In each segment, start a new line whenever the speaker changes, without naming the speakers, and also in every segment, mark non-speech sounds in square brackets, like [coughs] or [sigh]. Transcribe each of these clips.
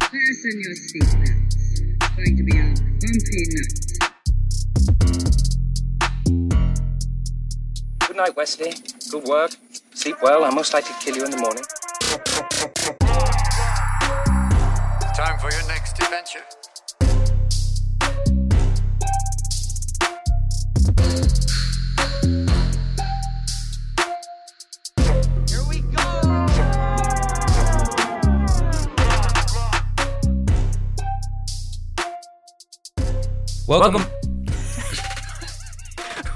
Fasten your seatbelts. It's going to be a bumpy night.
Good night, Wesley. Good work. Sleep well. I most likely kill you in the morning.
Time for your next adventure.
Welcome, [laughs]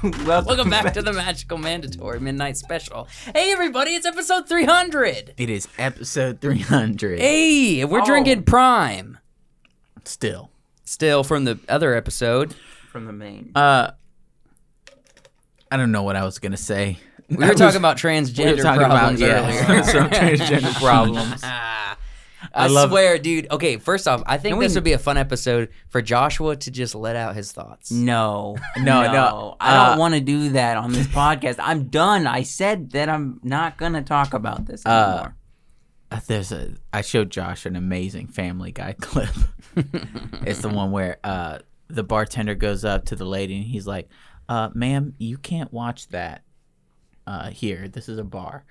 welcome,
Welcome back to the Magical Mandatory Midnight Special. Hey, everybody, it's episode 300.
It is episode 300.
Hey,
Oh.
we're drinking Prime.
Still,
Still from the other episode.
from the main.
uh, I don't know what I was gonna say.
We were talking about transgender
we were talking about
problems
yeah, [laughs]
earlier.
some transgender problems.
I,
love-
swear, dude. Okay, first off, I think
we-
this would be a fun episode for Joshua to just let out his thoughts.
No,
No, no,
I
uh,
don't want to do that on this podcast. I'm done. I said that I'm not gonna talk about this anymore. [laughs]
Uh, There's a. I showed Josh an amazing Family Guy [laughs] clip. it's the one where uh the bartender goes up to the lady and he's like, uh, "Ma'am, you can't watch that uh here. This is a bar."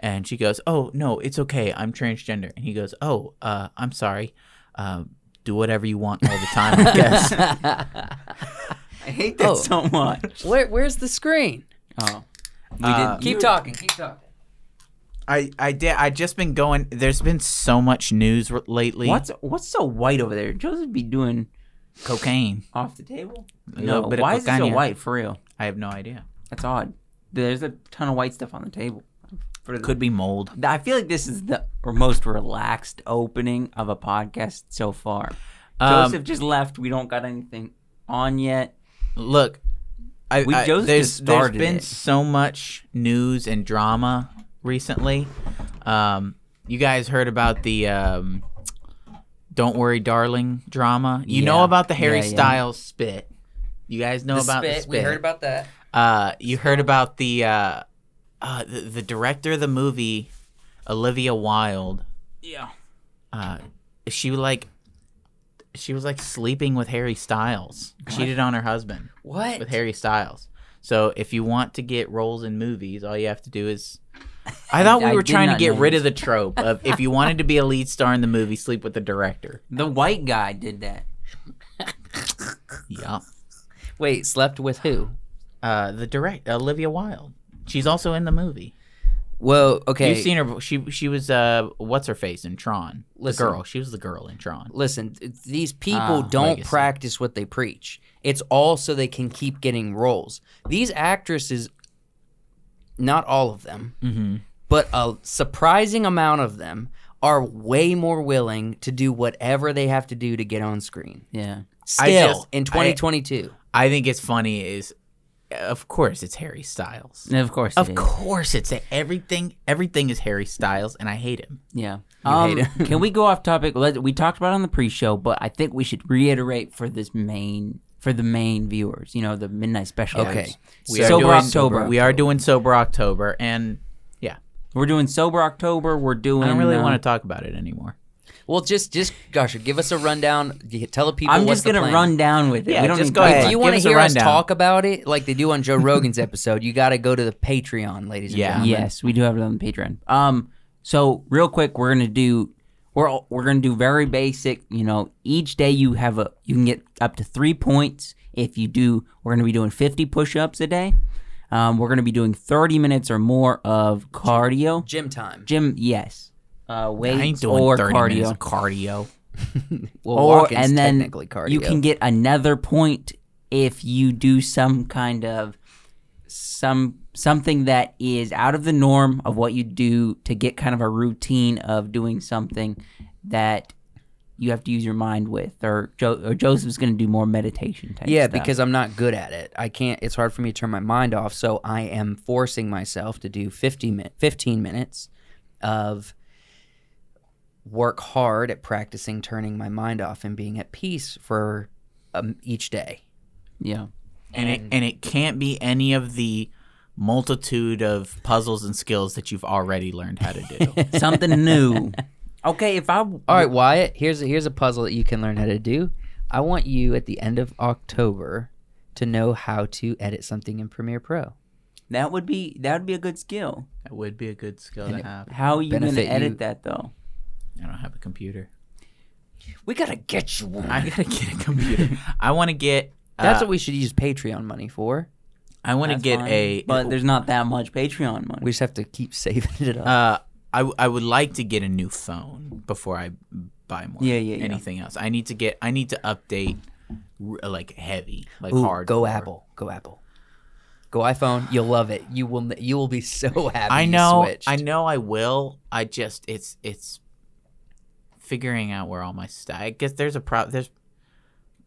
And she goes, "Oh no, it's okay. I'm transgender." And he goes, "Oh, uh, I'm sorry. Uh, do whatever you want all the time, I [laughs] guess."
I hate that
Oh.
so much.
Where, where's the screen?
Oh, we
Uh,
did
Keep talking. Keep talking.
I I did. I just been going. There's been so much news r- lately.
What's what's so white over there? Joseph be doing
cocaine?
off the table?
little
No,
bit of
why is it so
cocaine.
white for real?
I have no idea.
That's odd. There's a ton of white stuff on the table. For the-
Could be mold.
I feel like this is the most relaxed opening of a podcast so far.
Um,
Joseph just left. We don't got anything on yet.
Um, Look, I,
We
I-
just
there's, there's
started
been
it.
so much news and drama recently. Um, you guys heard about the um, "Don't Worry, Darling" drama. You know
Yeah.
about the Harry
Yeah, yeah.
Styles spit. You guys know about the spit.
about that.
Uh, you heard about the, uh, uh, the the director of the movie, Olivia Wilde.
Yeah.
Uh, she like, she was like sleeping with Harry Styles. Cheated on her husband
What?
with Harry Styles. So if you want to get roles in movies, all you have to do
[laughs]
is. I thought we
I
were
did
trying to
not
get
know
rid of the trope of if you wanted to be a lead star in the movie, sleep with the director.
The white guy did that.
Yeah.
Wait, slept with who?
Uh, the direct Olivia Wilde. She's also in the movie.
Well, okay.
You've seen her. She she was uh what's her face in Tron.
Listen.
The girl. She was the girl in Tron.
listen, th- these people
Ah,
don't
legacy.
practice what they preach. It's all so they can keep getting roles. These actresses, not all of them,
Mm-hmm.
but a surprising amount of them, are way more willing to do whatever they have to do to get on screen.
Yeah.
Still
just-
in
I-
2022.
I think it's funny is, of course, it's Harry Styles.
Of course.
Of
it is.
course, it's everything. Everything is Harry Styles, and I hate him.
Yeah.
hate
[laughs]
Um, can we go off topic? Let, we talked about it on the pre-show, but I think we should reiterate for this main for the main viewers. You know, the midnight special.
Okay.
We
sober October.
We are doing sober October, and
We're doing sober October. We're doing.
I don't really
uh,
want to talk about it anymore.
Well, just just Joshua, give us a rundown. G- Tell the people.
I'm
what's
just
the
gonna
plan.
run down with it.
Yeah,
we don't
just
need
go
to-
ahead.
If you
Give
want to
us a
hear us
rundown.
talk about it like they do on Joe Rogan's [laughs] episode, you got to go to the Patreon, ladies and
Yeah.
gentlemen.
Yes, we do have it on the Patreon. Um, so real quick, we're gonna do we're all- we're gonna do very basic. You know, each day you have a you can get up to three points if you do. We're gonna be doing fifty push-ups a day. Um, we're gonna be doing thirty minutes or more of cardio.
Gym time.
Gym, yes.
I
Uh,
ain't
weights
doing
or
30 minutes
cardio.
of cardio.
Well,
Or
walking's
and then
technically cardio.
you can get another point if you do some kind of some something that is out of the norm of what you do to get kind of a routine of doing something that you have to use your mind with or, jo- or Joseph's going to do more meditation type
Yeah,
stuff.
because I'm not good at it. I can't. It's hard for me to turn my mind off. So I am forcing myself to do 50 min, 15 minutes of work hard at practicing turning my mind off and being at peace for um, each day.
yeah.
And it and it can't be any of the [laughs] multitude of puzzles and skills that you've already learned how to
[laughs]
do.
Something new. Okay, if I
All right, Wyatt. Here's a, here's a puzzle that you can learn how to do. I want you at the end of October to know how to edit something in Premiere Pro.
that would be that would be a good skill.
That would be a good skill
And
to
it-
have.
How are you going to
Benefit
edit
you.
that though?
I don't have a computer.
We gotta get you one.
I gotta get a
[laughs]
computer. I want to get. Uh,
That's what we should use Patreon money for.
I want to
That's
get
fine.
a.
But there's not that much Patreon money.
We just have to keep [laughs] saving it up.
Uh, I w- I would like to get a new phone before I buy more.
Yeah, yeah, yeah.
Anything else? I need to get. I need to update, r- like heavy, like
Ooh,
hard.
go Apple. Go Apple. Go iPhone. You'll love it. You will. n- You will be so happy.
I
you
know.
switched.
I know. I will. I just. It's. It's. Figuring out where all my stuff. I guess there's a pro. There's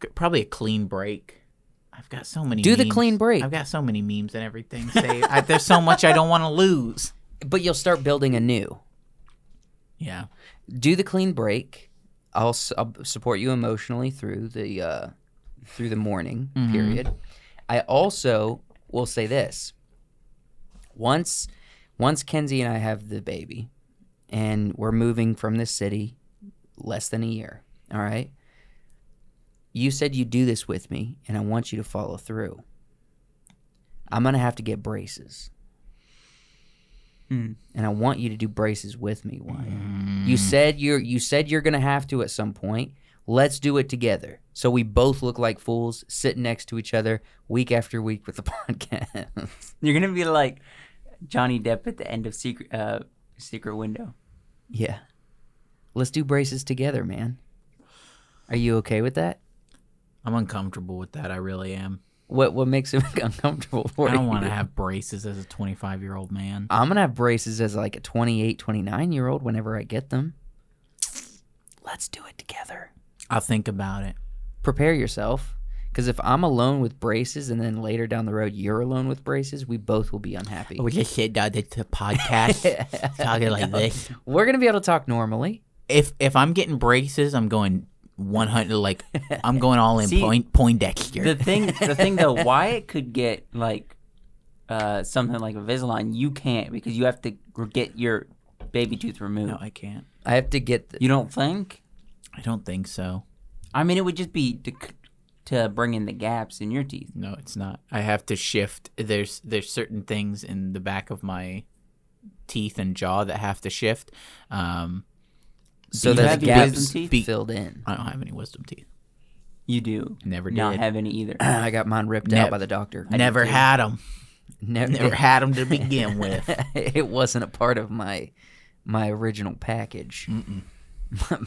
g- probably a clean break. I've got so many.
Do the
memes.
clean break.
I've got so many memes and everything. saved. I, there's so much I don't want
[laughs]
to lose.
But you'll start building anew.
Yeah.
Do the clean break. I'll, s will support you emotionally through the uh, through the mourning period. I also will say this. Once, once Kenzie and I have the baby, and we're moving from this city, less than a year. All right. You said you do this with me, and I want you to follow through. I'm gonna have to get braces.
Hmm.
And I want you to do braces with me, Wyatt.
Mm.
You said you're you said you're gonna have to at some point. Let's do it together. So we both look like fools sitting next to each other week after week with the [laughs] podcast.
You're going to be like Johnny Depp at the end of Secret uh, Secret Window.
yeah. Let's do braces together, man. Are you okay with that?
I'm uncomfortable with that. I really [laughs] am.
What what makes it [laughs] uncomfortable for
I don't
you?
want to have braces as a 25 year old man.
I'm going to have braces as like a 28, 29 year old whenever I get them. Let's do it together.
I'll think about it.
prepare yourself because if I'm alone with braces and then later down the road you're alone with braces, we both will be unhappy.
We just sit down at the [laughs] podcast talking like this.
We're gonna be able to talk normally.
If if I'm getting braces, I'm going 100. Like I'm going all [laughs] in
See,
point Poindexter.
The thing the
[laughs]
thing though Wyatt could get like uh, something like Invisalign, you can't because you have to gr- get your baby tooth removed.
no, I can't.
I have to get the,
you don't think?
I don't think so.
I mean, it would just be to c- to bring in the gaps in your teeth.
No, it's not. I have to shift. There's there's certain things in the back of my teeth and jaw that have to shift. Um,
so
you
that
have
the
your wisdom
gaps
teeth?
be filled in. [sighs]
I don't have any wisdom teeth.
You do.
Never
not
did.
have any
[clears throat]
either.
I got mine ripped
Nev-
out by the doctor.
Never had them.
Nev-
[laughs] Never had them to [laughs] begin with.
[laughs] it wasn't a part of my my original package. My,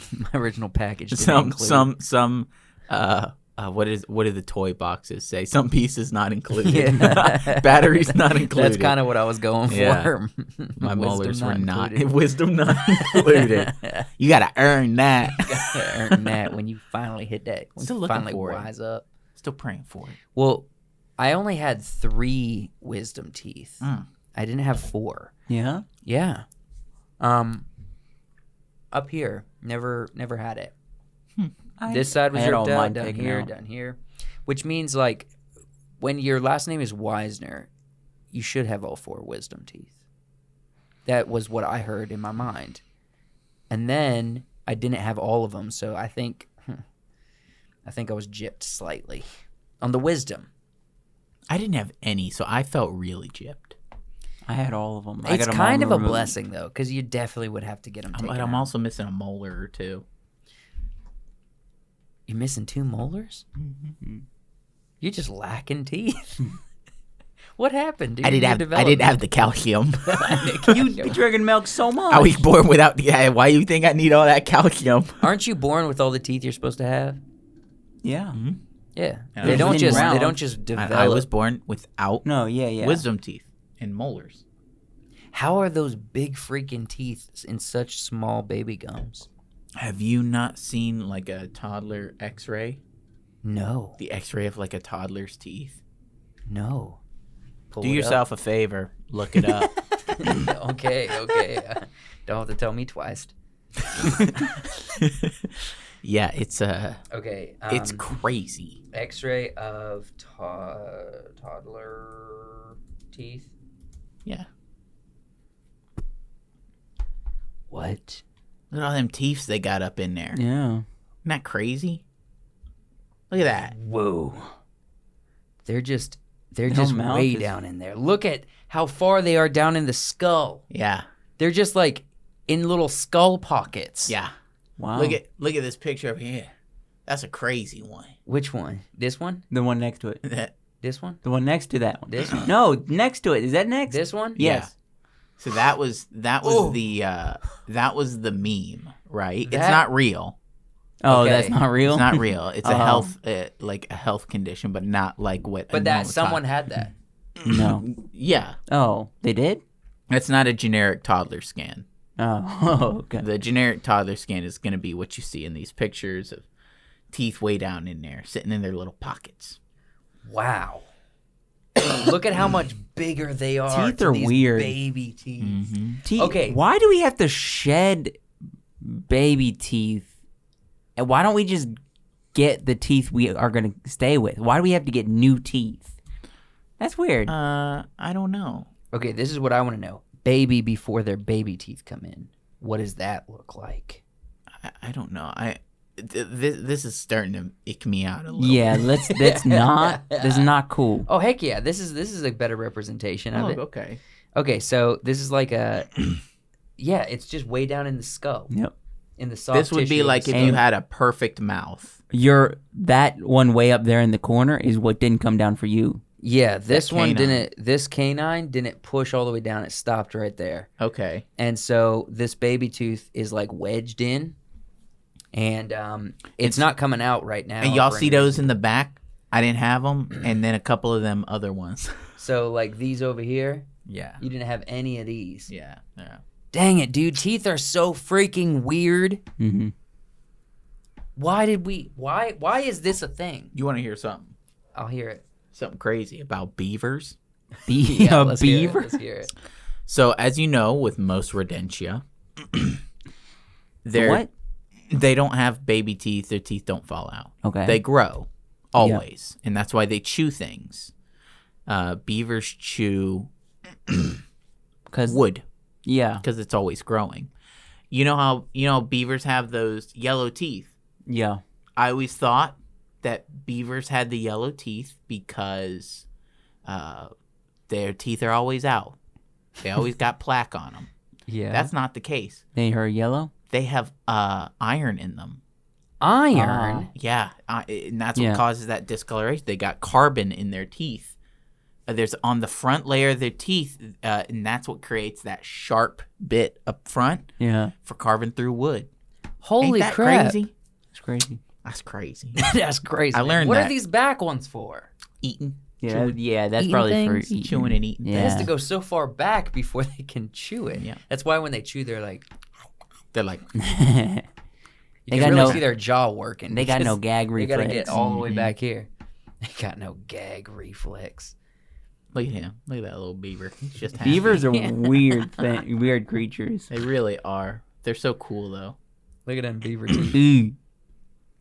[laughs] my original package. Didn't
some
include.
some some uh, uh what is what do the toy boxes say some pieces not included
Yeah.
[laughs] batteries not
[laughs]
included
That's kind of what I was going for. [laughs]
Yeah. my
Wisdom
molars were not
included.
wisdom not [laughs]
[laughs]
included you gotta earn that
Earn that when you finally hit that. When
Still
you
looking
finally
for it.
wise up.
still praying for it
Well, I only had three wisdom teeth.
Mm.
I didn't have four.
yeah.
Yeah. Um. Up here, never, never had it.
Hmm. I-
This side
I
was
had
ripped
all mine
out, down
taken
here,
out.
down here, which means like when your last name is Wisner, you should have all four wisdom teeth. That was what I heard in my mind, and then I didn't have all of them, so I think, hmm, I think I was gypped slightly on the wisdom.
i didn't have any so i felt really gypped
I had all of them. I
It's
got 'em
kind
all
of a
removed.
blessing though, because you definitely would have to get them.
I'm,
Taken
but I'm
out.
also missing a molar or two
You're missing two molars.
Mm-hmm.
You're just lacking teeth. [laughs] what happened? Dude?
i didn't
Your
have
[laughs]
i didn't have the calcium [laughs]
development-
You drinking milk so much.
i was born without the yeah, why you think i need all that calcium
Aren't you born with all the teeth you're supposed to have?
yeah.
Mm-hmm.
Yeah,
Yeah.
they don't
Then
just they
round.
don't just
I,
develop.
I was born without
No. Yeah. Yeah.
wisdom teeth and molars
How are those big freaking teeth in such small baby gums?
Have you not seen like a toddler x ray?
No,
The x ray of like a toddler's teeth?
no. Pull
Do
it up.
yourself a favor, look it up.
[laughs] okay, okay. [laughs] don't have to tell me twice.
[laughs] yeah, it's uh
Okay,
it's
um,
crazy.
X-ray of to- toddler teeth.
Yeah.
What?
Look at all them teeth they got up in there. Isn't
Yeah.
that crazy? Look at that.
Whoa. They're just they're
Their
just
mouth
way
is-
down in there. Look at how far they are down in the skull.
Yeah.
They're just like in little skull pockets.
Yeah.
Wow.
Look at look at this picture up here. That's a crazy one. [laughs]
Which one? This one?
the one next to it.
This one?
The one next to that one.
This one?
No, next to it. Is that next?
This one?
Yes.
So that was that was
Oh.
the uh that was the meme, right? it's
That-
not real.
Oh,
Okay.
that's not real.
It's
[laughs]
not real. It's a
Um,
health uh, like a health condition, but not like what. a
But that
normal
someone had that.
no.
tod- yeah,
Oh, they did.
that's not a generic toddler scan.
Oh, [laughs] okay.
The generic toddler scan is going to be what you see in these pictures of teeth way down in there, sitting in their little pockets.
Wow. [coughs] Look at how much bigger they are.
Teeth
to
are
these
weird. Mm-hmm.
Baby teeth.
Te-
Okay.
Why do we have to shed baby teeth? And why don't we just get the teeth we are going to stay with? Why do we have to get new teeth? That's weird.
Uh, I don't know.
Okay, this is what I want to know. Baby before their baby teeth come in. What does that look like?
I, I don't know. I th- this this is starting to ick me out a little.
yeah, let's. That's not. That's not cool.
Oh heck yeah, this is this is a better representation
Oh,
of it.
okay.
Okay, so this is like a Yeah, it's just way down in the skull,
Yep.
in the soft
this would
tissue
be
of the
like if
skull.
you had a perfect mouth.
Your that one way up there in the corner is what didn't come down for you.
Yeah, this one
canine.
didn't this canine didn't push all the way down, it stopped right there.
Okay.
And so this baby tooth is like wedged in and um it's,
It's-
not coming out right now.
And y'all
for
see
any-
those in the back? I didn't have them, and then a couple of them
[laughs]
other ones.
So like these over here,
Yeah.
you didn't have any of these.
Yeah. Yeah.
Dang it, dude. Teeth are so freaking weird.
Mm-hmm.
hmm
Why did we why why is this a thing?
You want to hear something?
I'll hear it.
Something crazy about beavers.
Be [laughs] a
let's hear it,
beaver.
let's hear it.
So, as you know, with most [clears throat] rodentia, they're
What?
they don't have baby teeth. Their teeth don't fall out.
Okay.
They grow always, and that's why they chew things. Uh, beavers chew
Because
wood
yeah,
because it's always growing. You know how you know beavers have those yellow teeth.
yeah.
I always thought that beavers had the yellow teeth because uh, their teeth are always out.
[laughs]
They always got plaque on them.
Yeah.
That's not the case.
They are yellow.
They have uh, iron in them.
iron.
Yeah, I, and that's what
Yeah.
causes that discoloration. They got carbon in their teeth. Uh, There's on the front layer of their teeth, uh, and that's what creates that sharp bit up front
Yeah,
for carving through wood. Ain't
Holy
that
crap.
[laughs]
crazy?
it's crazy.
That's crazy. [laughs]
That's crazy.
I
man.
learned
What are
that.
these back ones for?
eating,
Yeah, that- yeah. That's
eating
probably
things?
for eating.
chewing, and eating.
It has
Yeah.
to go so far back before [laughs] they can chew it.
Yeah.
That's why when they chew they're like
They're like,
[laughs]
you
They
can
got
really
no-
see their jaw working.
they got no
because [laughs]
gag
They
reflex. Mm-hmm.
gotta get all the way
Mhm.
back here. [laughs] They got no gag reflex.
look at him. Look at that little beaver. He's just happy.
Beavers [laughs] are weird, thing, weird creatures.
They really are. They're so cool though.
Look at them beaver
[clears throat]
teeth.
Ooh,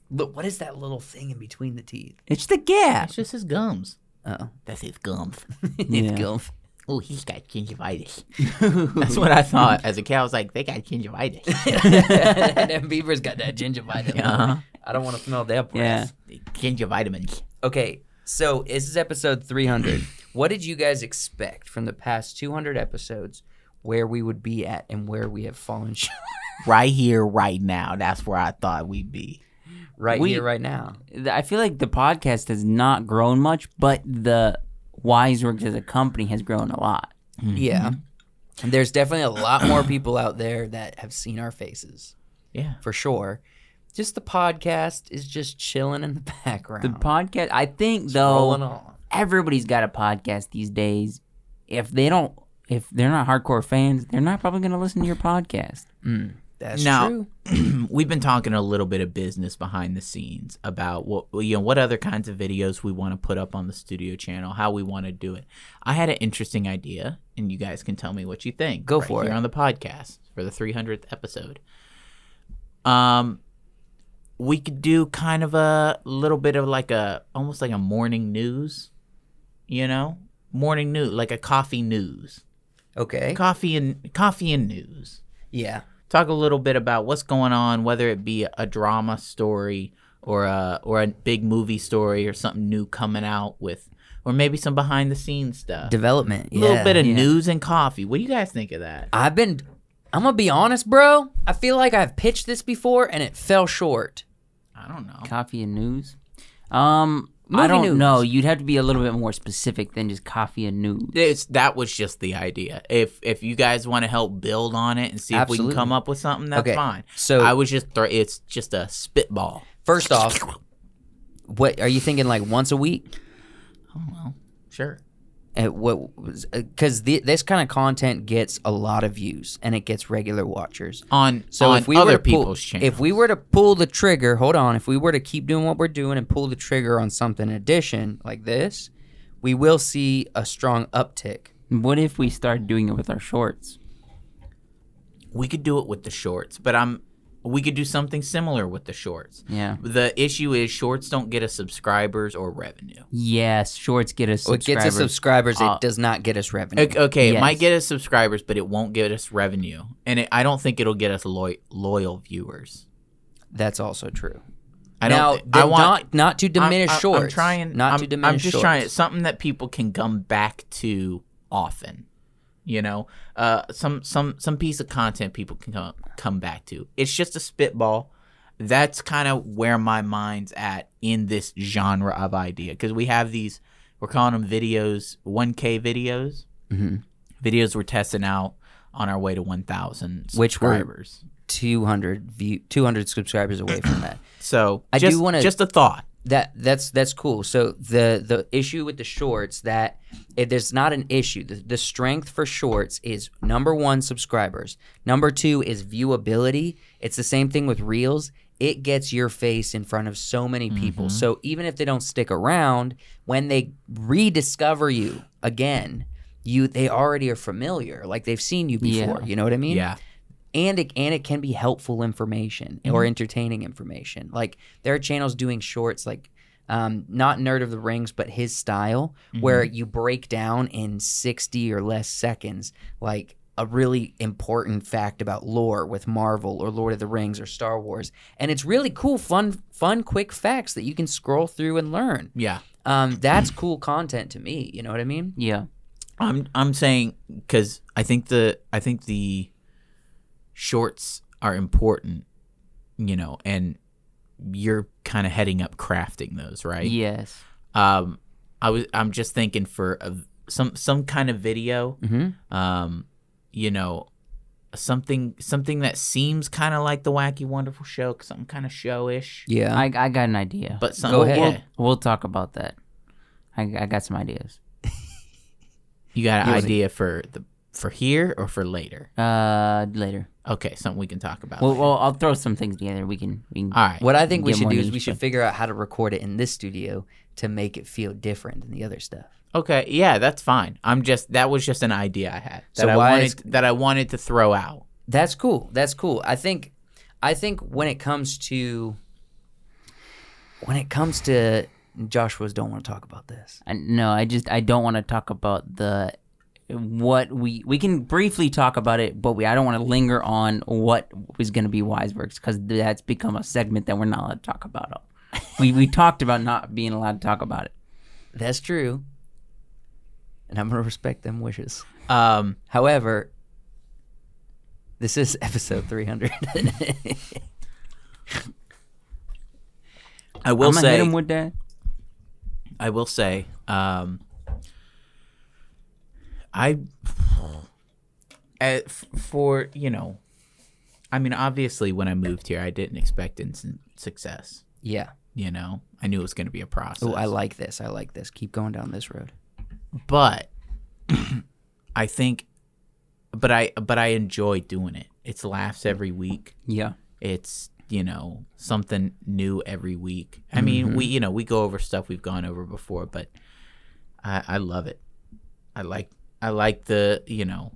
Look, what is that little thing in between the
[laughs]
teeth? [laughs]
it's the gap.
It's just his gums.
Oh,
That's his
[laughs]
gums.
Yeah.
Oh, he's got gingivitis. That's
[laughs]
what I thought as a kid. I was like, they got gingivitis.
and beaver's got that gingivitis.
Yeah.
I don't want to smell that
uh-huh. Yeah.
breath.
Gingivitamins.
Okay, so this is episode 300. what did you guys expect from the past 200 episodes where we would be at and where we have fallen [laughs] short?
Right here, right now. That's where I thought we'd be.
Right
We-
here, right now.
I feel like the podcast has not grown much, but the WiseWorks as a company has grown a lot.
Yeah. And there's definitely a lot more [coughs] people out there that have seen our faces
Yeah.
for sure. Just the podcast is just chilling in the [laughs] background.
The podcast, I think,
rolling
though,
on.
everybody's got a podcast these days. If they don't, if they're not hardcore fans, they're not probably going to listen to your podcast.
That's
Now-
true.
We've been talking a little bit of business behind the scenes about what you know, what other kinds of videos we want to put up on the studio channel, how we want to do it. I had an interesting idea, and you guys can tell me what you think.
Go for
here
it.
on the podcast for the 300th episode. Um, we could do kind of a little bit of like a almost like a morning news, you know, morning news, like a coffee news.
Okay.
coffee and coffee and news
Yeah.
talk a little bit about what's going on, whether it be a drama story or a or a big movie story or something new coming out with, or maybe some behind the scenes stuff.
Development.
a
Yeah.
little bit of
yeah.
news and coffee. What do you guys think of that?
I've been. I'm gonna be honest, bro. I feel like I've pitched this before and it fell short.
I don't know.
Coffee and news. Um, I
Movie
don't
news.
know. You'd have to be a little bit more specific than just coffee and news.
It's, that was just the idea. If if you guys want to help build on it and see if we
Absolutely.
can come up with something, that's
Okay,
fine.
so-
I was just thr- it's just a spitball.
First off, what are you thinking? Like once a week?
Sure.
At what? Because this kind of content gets a lot of views and it gets regular watchers.
On
So
on
if we
other
were to pull,
people's channels.
if we were to pull the trigger, hold on. If we were to keep doing what we're doing and pull the trigger on something in addition like this, we will see a strong uptick.
What if we started doing it with our shorts?
we could do it with the shorts, but I'm we could do something similar with the shorts.
Yeah.
The issue is shorts don't get us subscribers or revenue.
Yes, shorts get us
So it
subscribers.
gets us subscribers.
Uh,
it does not get us revenue.
Okay, uh, okay, it might
Yes.
get us subscribers, but it won't get us revenue, and it, I don't think it'll get us loy- loyal viewers.
That's also true.
I
now,
don't. thi-
the-
I want
not not to
I'm-
diminish
I'm-
shorts.
I'm trying
not
I'm,
to
I'm
diminish
just
shorts.
trying something that people can come back to often. You know, uh, some some some piece of content people can come come back to. It's just a spitball. That's kind of where my mind's at in this genre of idea because we have these we're calling them videos 1K videos
Mm-hmm.
videos we're testing out on our way to 1,000
Which we're-
subscribers.
200 view 200 subscribers away from that.
so
I do
just,
wanna-
just a thought.
that that's that's cool. So the the issue with the shorts that if there's not an issue. The, the strength for shorts is number one subscribers. Number two is viewability. It's the same thing with reels. It gets your face in front of so many people. So even if they don't stick around, when they rediscover you again, you they already are familiar. Like they've seen you
Yeah.
before. You know what I mean?
Yeah.
and it and it can be helpful information or entertaining information. Like there are channels doing shorts like um, not Nerd of the Rings, but his style, where you break down in sixty or less seconds, like a really important fact about lore with Marvel or Lord of the Rings or Star Wars, and it's really cool, fun, fun, quick facts that you can scroll through and learn.
Yeah.
Um, that's cool content to me. You know what I mean?
yeah.
I'm I'm saying because I think the I think the shorts are important, you know, and you're kind of heading up crafting those, right?
Yes.
Um, I was I'm just thinking for a, some some kind of video,
Mhm.
um, you know, something something that seems kind of like the wacky wonderful show, some kind of showish,
Yeah.
I, I got an idea.
but some
Go ahead.
yeah.
we'll talk about that. I, I got some ideas.
you got an
Using-
idea for the for here or for later?
Uh, later.
Okay, something we can talk about.
Well,
later.
well, I'll throw some things together. We can. We can
All right.
What I think we
Get
should
more
do is
niche,
we should
but-
figure out how to record it in this studio to make it feel different than the other stuff.
Okay, yeah, that's fine. I'm just that was just an idea I had that
So
I
why
wanted
is-
that I wanted to throw out.
That's cool. That's cool. I think I think when it comes to when it comes to Joshua's don't want to talk about this.
I, no, I just I don't want to talk about the what we we can briefly talk about it, but we I don't want to linger on what was going to be Wiseworks because that's become a segment that we're not allowed to talk about. we we talked about not being allowed to talk about it.
That's true. And I'm gonna respect them wishes.
Um,
However, this is [laughs] episode 300.
I will
I'm gonna hit
say,
him with that.
I will say, um, I at, f- for you know, I mean, obviously, when I moved here, I didn't expect instant success.
yeah.
You know, I knew it was going to be a process.
Oh, I like this. I like this. Keep going down this road.
but [clears throat] I think, but I but I enjoy doing it. It's laughs every week.
Yeah,
it's you know something new every week i mean
Mm-hmm.
we you know we go over stuff we've gone over before but i i love it i like i like the you know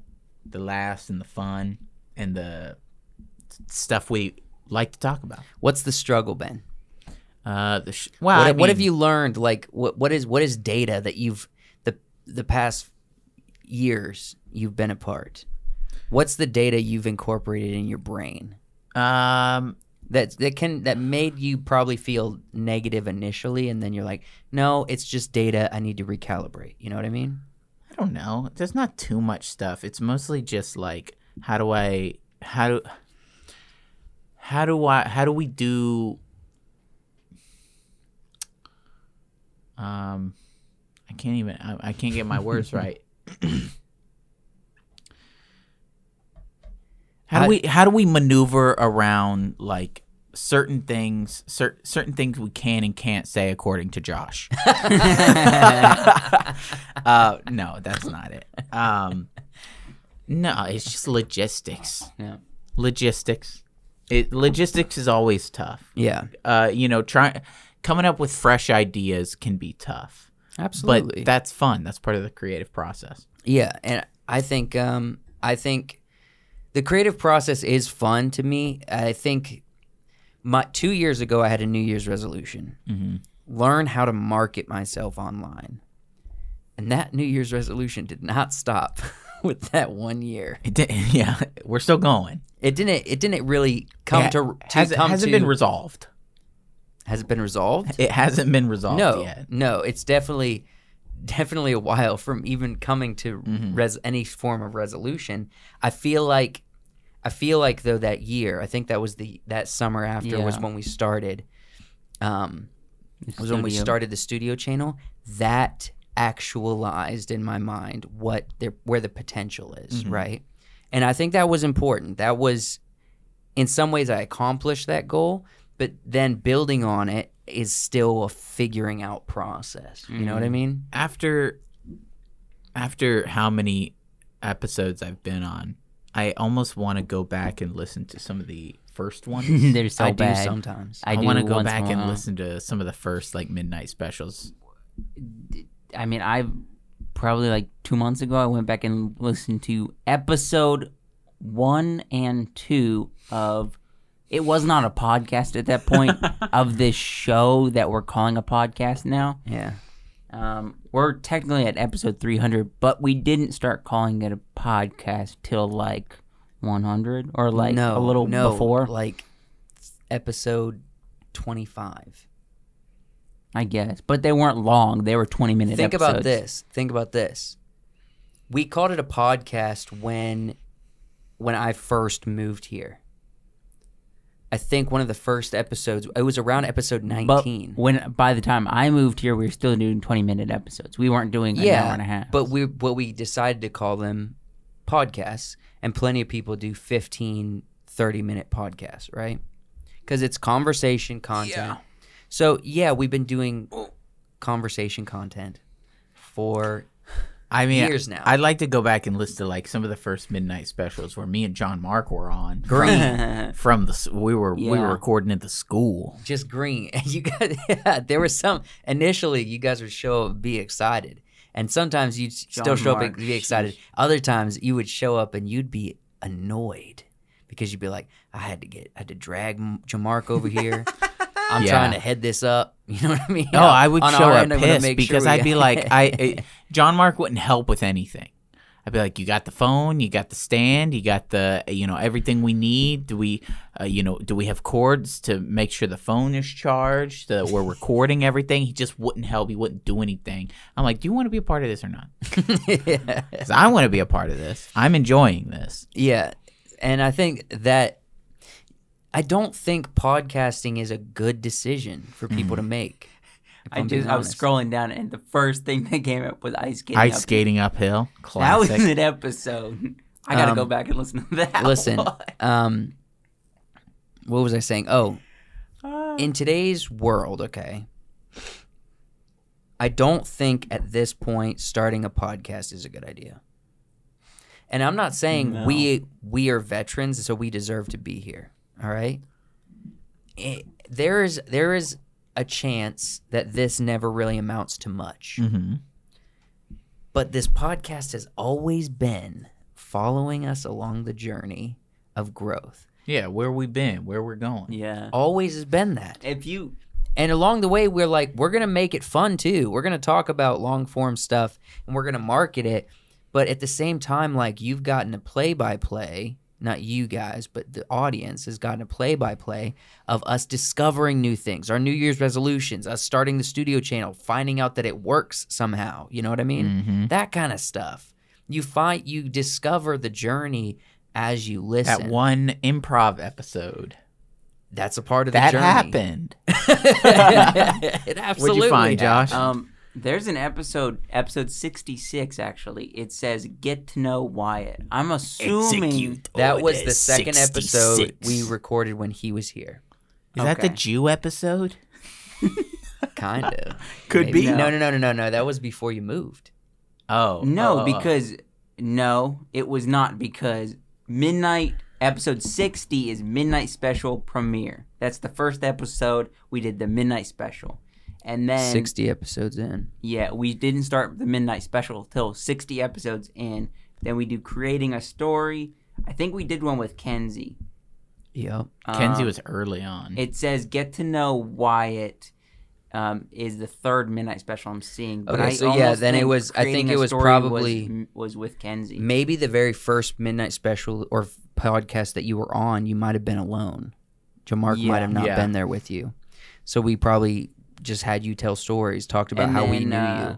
the laughs and the fun and the stuff we like to talk about
What's the struggle been?
uh the sh- well
what,
I
what have
mean,
you learned? Like, what what is what is data that you've the the past years you've been apart? what's the data you've incorporated in your brain
Um,
that that can that made you probably feel negative initially, and then you're like, no, it's just data. I need to recalibrate. You know what I mean?
I don't know. There's not too much stuff. It's mostly just like how do I how do how do I how do we do um I can't even I, I can't get my words right. How do
I-
we how do we maneuver around like certain things cer- certain things we can and can't say according to Josh? [laughs] uh, no, that's not it. Um, no, it's just logistics.
Yeah.
Logistics. It, logistics is always tough.
Yeah,
Uh, you know, try coming up with fresh ideas can be tough,
absolutely.
but that's fun. That's part of the creative process.
yeah, and I think um, I think the creative process is fun to me. I think my two years ago, I had a New Year's resolution:
Mm-hmm.
learn how to market myself online, and that New Year's resolution did not stop [laughs] with that one year.
It did, [laughs] yeah, we're still going.
It didn't. It didn't really come
Yeah,
to. to
has,
come
hasn't
to,
been resolved.
Has it been resolved?
It hasn't been resolved
no,
yet.
no. It's definitely, definitely a while from even coming to
Mm-hmm.
res- any form of resolution. I feel like, I feel like though that year, I think that was the that summer after was
Yeah.
when we started. Um, was when we
Studio.
started the studio channel. That actualized in my mind what the, where the potential is,
Mm-hmm.
right? And I think that was important. That was, in some ways, I accomplished that goal, but then building on it is still a figuring out process. You know what I
Mm-hmm.
mean?
after after how many episodes I've been on, I almost want to go back and listen to some of the
[laughs]
first ones.
They're so
I
bad.
do sometimes.
I,
I,
do
want to go
once
back
in a
and
while.
listen to some of the first like midnight specials.
I mean, I probably like two months ago, I went back and listened to episode one and two of. It was not a podcast at
[laughs]
that point of this show that we're calling a podcast now.
yeah.
Um, we're technically at episode 300, but we didn't start calling it a podcast till like 100 or like
no,
a little
no,
before.
like episode twenty-five.
I guess, but they weren't long. They were 20 minute
Think
episodes.
about this. Think about this. We called it a podcast when when I first moved here. I think one of the first episodes it was around episode
But
19.
when by the time I moved here, we were still doing 20 minute episodes. We weren't doing an
yeah,
hour and a half.
but we but we decided to call them podcasts and plenty of people do 15 30 minute podcasts, right? Cuz it's conversation content. So, yeah, we've been doing conversation content for
I mean,
Years now.
I'd like to go back and listen to like some of the first midnight specials where me and John Mark were on. Green from the s- we were we
Yeah.
were recording at the school.
just green. [laughs] And you guys, yeah, there was some initially. You guys would show up, be excited, and sometimes you'd s- still
John
show up and
Mark,
be excited. Other times you would show up and you'd be annoyed because you'd be like, "I had to get, I had to drag M- Jamark over
[laughs]
here. I'm
Yeah.
trying to head this up. [laughs] You know what I mean?
No, Oh, I would
On
show
our
up
end, I'm gonna
pissed
make sure
because
we-
I'd be like, I it- John Mark wouldn't help with anything. I'd be like, you got the phone, you got the stand, you got the you know everything we need. Do we, uh, you know, do we have cords to make sure the phone is charged? That we're recording everything. He just wouldn't help. He wouldn't do anything. I'm like, do you want to be a part of this or
[laughs]
not? [laughs]
yeah.
Because I want to be a part of this. I'm enjoying this.
[laughs] Yeah. And I think that I don't think podcasting is a good decision for
Mm-hmm.
people to make. if
I
I'm being
just I was
honest.
scrolling down, and the first thing that came up was ice skating.
Ice
up.
skating uphill,
That was
classic.
an episode. I gotta
Um,
go back and listen to [laughs] that.
Listen,
one.
um, what was I saying? Oh,
[laughs]
in today's world, okay, I don't think at this point starting a podcast is a good idea. And I'm not saying we we are veterans, so we deserve to be here. All right, It- there is there is a chance that this never really amounts to much.
hmm
But this podcast has always been following us along the journey of growth.
Yeah, where we been, where we're going.
yeah.
Always has been that.
If you
And along the way, we're like, we're going to make it fun too. We're going to talk about long form stuff and we're going to market it. But at the same time, like you've gotten a play by play, not you guys, but the audience has gotten a play by play of us discovering new things, our New Year's resolutions, us starting the studio channel, finding out that it works somehow. You know what I mean?
Mm-hmm.
That kind of stuff. You find you discover the journey as you listen.
That one improv episode.
That's a part of
That
the journey.
happened.
[laughs] it absolutely.
What'd you find,
happened.
Josh?
Um, there's an episode, episode 66, actually. It says, Get to Know Wyatt. I'm assuming.
That
Oh,
was the second episode we recorded when he was here.
Is that the
Okay.
Jew episode?
Kind of.
[laughs]
Could
Maybe.
be.
No, no, no, no, no, no. That was before you moved.
Oh
No,
uh,
oh, oh.
because. No, it was not because Midnight. Episode 60 is Midnight Special premiere. That's the first episode. We did the Midnight Special. And then.
60 episodes in.
Yeah, we didn't start the midnight special till 60 episodes in. Then we do creating a story. I think we did one with Kenzie.
Yep.
Kenzie
Um,
was early on.
Mm-hmm.
It says get to know Wyatt um, is the third midnight special I'm seeing. But
Okay,
I
so yeah,
almost
then it
think
was- I think
Creating
it
a
was
Story
probably-
was, was with Kenzie.
Maybe the very first midnight special or f- podcast that you were on, you might have been alone. Jamark
Yeah.
might have not
Yeah.
been there with you. So we probably just had you tell stories, talked about
And
how we
then,
knew
uh,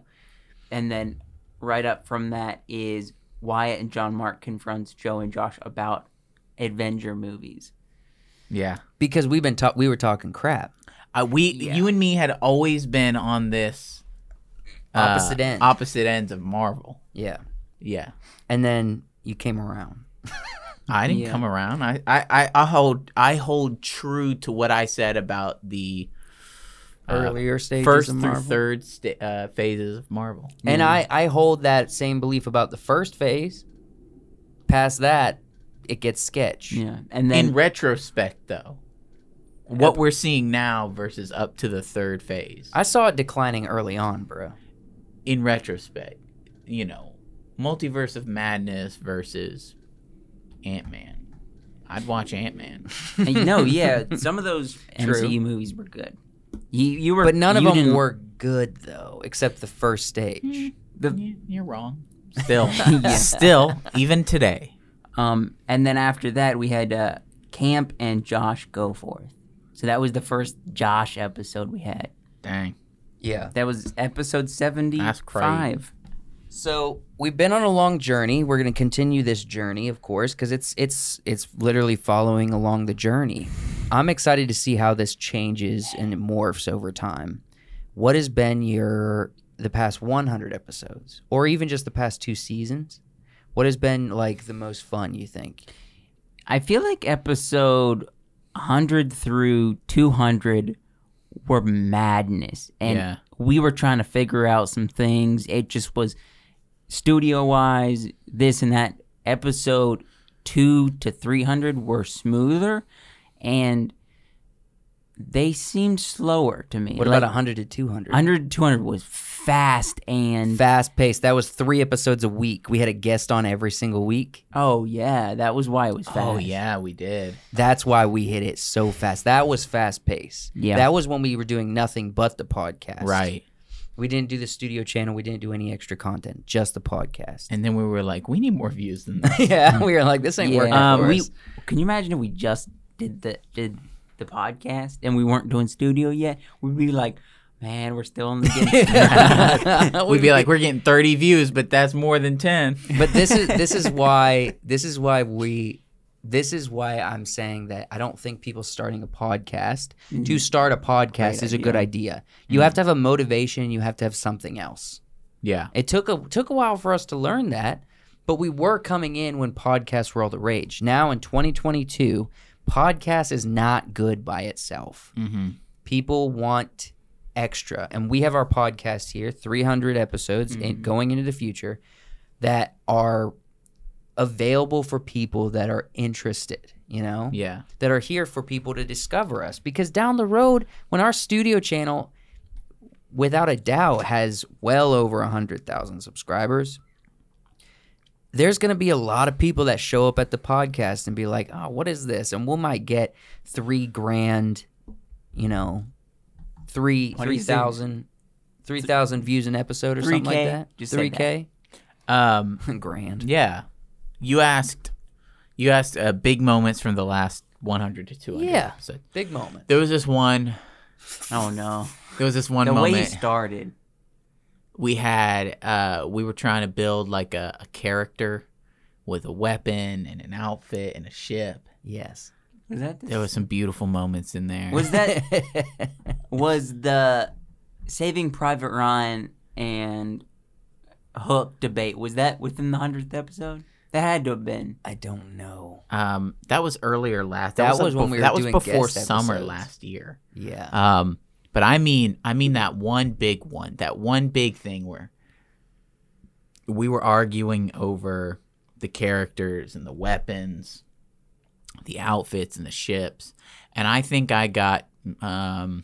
And then right up from that is Wyatt and John Mark confronts Joe and Josh about adventure movies.
yeah.
you because we've been ta- we were talking crap.
Uh, we,
Yeah.
you and me, had always been on this uh,
Opposite ends.
opposite ends of Marvel.
Yeah.
Yeah,
And then you came around.
I didn't
Yeah.
come around. I, I, I, I hold, I hold true to what I said about the uh,
Earlier stages
first
of
through
Marvel.
third sta uh, phases of Marvel.
And
Hmm.
I, I hold that same belief about the first phase. Past that, it gets sketch.
Yeah. And then
In retrospect, though, what we're seeing now versus up to the third phase.
I saw it declining early on, bro.
in retrospect, you know, multiverse of madness versus Ant Man. I'd watch Ant Man.
[laughs]
And, no, yeah, some of those
True.
MCU movies were good. You, you were,
But none of
you
them
didn't- Hmm.
were good though, except the first stage.
The,
Yeah, You're wrong. [laughs] Still,
Yeah.
still, even today.
um, and then after that, we had uh, Camp and Josh go forth. So that was the first Josh episode we had.
Dang.
Yeah.
That was episode seventy-five.
So we've been on a long journey. We're going to continue this journey, of course, because it's it's it's literally following along the journey. I'm excited to see how this changes and it morphs over time. What has been your the past 100 episodes, or even just the past two seasons? What has been like the most fun? You think?
I feel like episode hundred through two hundred were madness, and
Yeah.
we were trying to figure out some things. It just was studio wise, this and that. Episode two to three hundred were smoother, and they seemed slower to me.
What
Like,
about 100 to 200?
100 to 200 was fast and
Fast paced. That was three episodes a week. We had a guest on every single week.
oh yeah, that was why it was fast.
Oh yeah, we did.
That's why we hit it so fast. That was fast paced.
Yeah.
That was when we were doing nothing but the podcast.
Right.
We didn't do the studio channel. We didn't do any extra content, just the podcast.
And then we were like, we need more views than that.
[laughs] yeah. We were like, this ain't
Yeah.
working.
Um,
for
we
us.
can you imagine if we just did the did the podcast and we weren't doing studio yet? We'd be like, man, we're still in the
[laughs]
game.
We'd be like, we're getting 30 views, but that's more than 10.
but this is this is why this is why we this is why I'm saying that I don't think people starting a podcast
Mm-hmm.
to start a podcast is a good idea. You have to have a motivation, you have to have something else.
Yeah.
It took a took a while for us to learn that, but we were coming in when podcasts were all the rage. Now in 2022, podcast is not good by itself.
Mm-hmm.
People want extra, and we have our podcast here, 300 episodes in, going into the future that are available for people that are interested. You know,
Yeah.
that are here for people to discover us. Because down the road, when our studio channel, without a doubt, has well over 100,000 subscribers, there's going to be a lot of people that show up at the podcast and be like, oh, what is this? And we might get three grand, you know, three,
do you think?
3,000. 3,000 views an episode or something like
3K?
that.
Just say
3K?
Um,
[laughs] Grand.
yeah, you asked, you asked uh, big moments from the last 100 to 200.
Yeah.
episode.
Big
[laughs]
moment.
There was this one.
Oh no,
There was this one
the
moment
way he started.
we had. Uh, we were trying to build like a, a character with a weapon and an outfit and a ship.
Yes.
Was that the,
There was some beautiful moments in there.
was that was the Saving Private Ryan and Hook debate? Was that within the hundredth episode? That had to have been.
I don't know.
um, that was earlier last.
That
That,
was
was
when
bef-
we were
that was
doing
before
guest
summer
episodes.
last year.
Yeah.
Um, but I mean, I mean that one big one, that one big thing where we were arguing over the characters and the weapons, the outfits and the ships, and I think I got, um,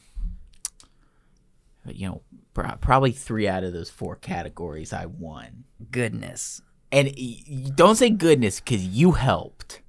you know, pro- probably three out of those four categories I won.
Goodness.
And y- y- don't say goodness because you helped.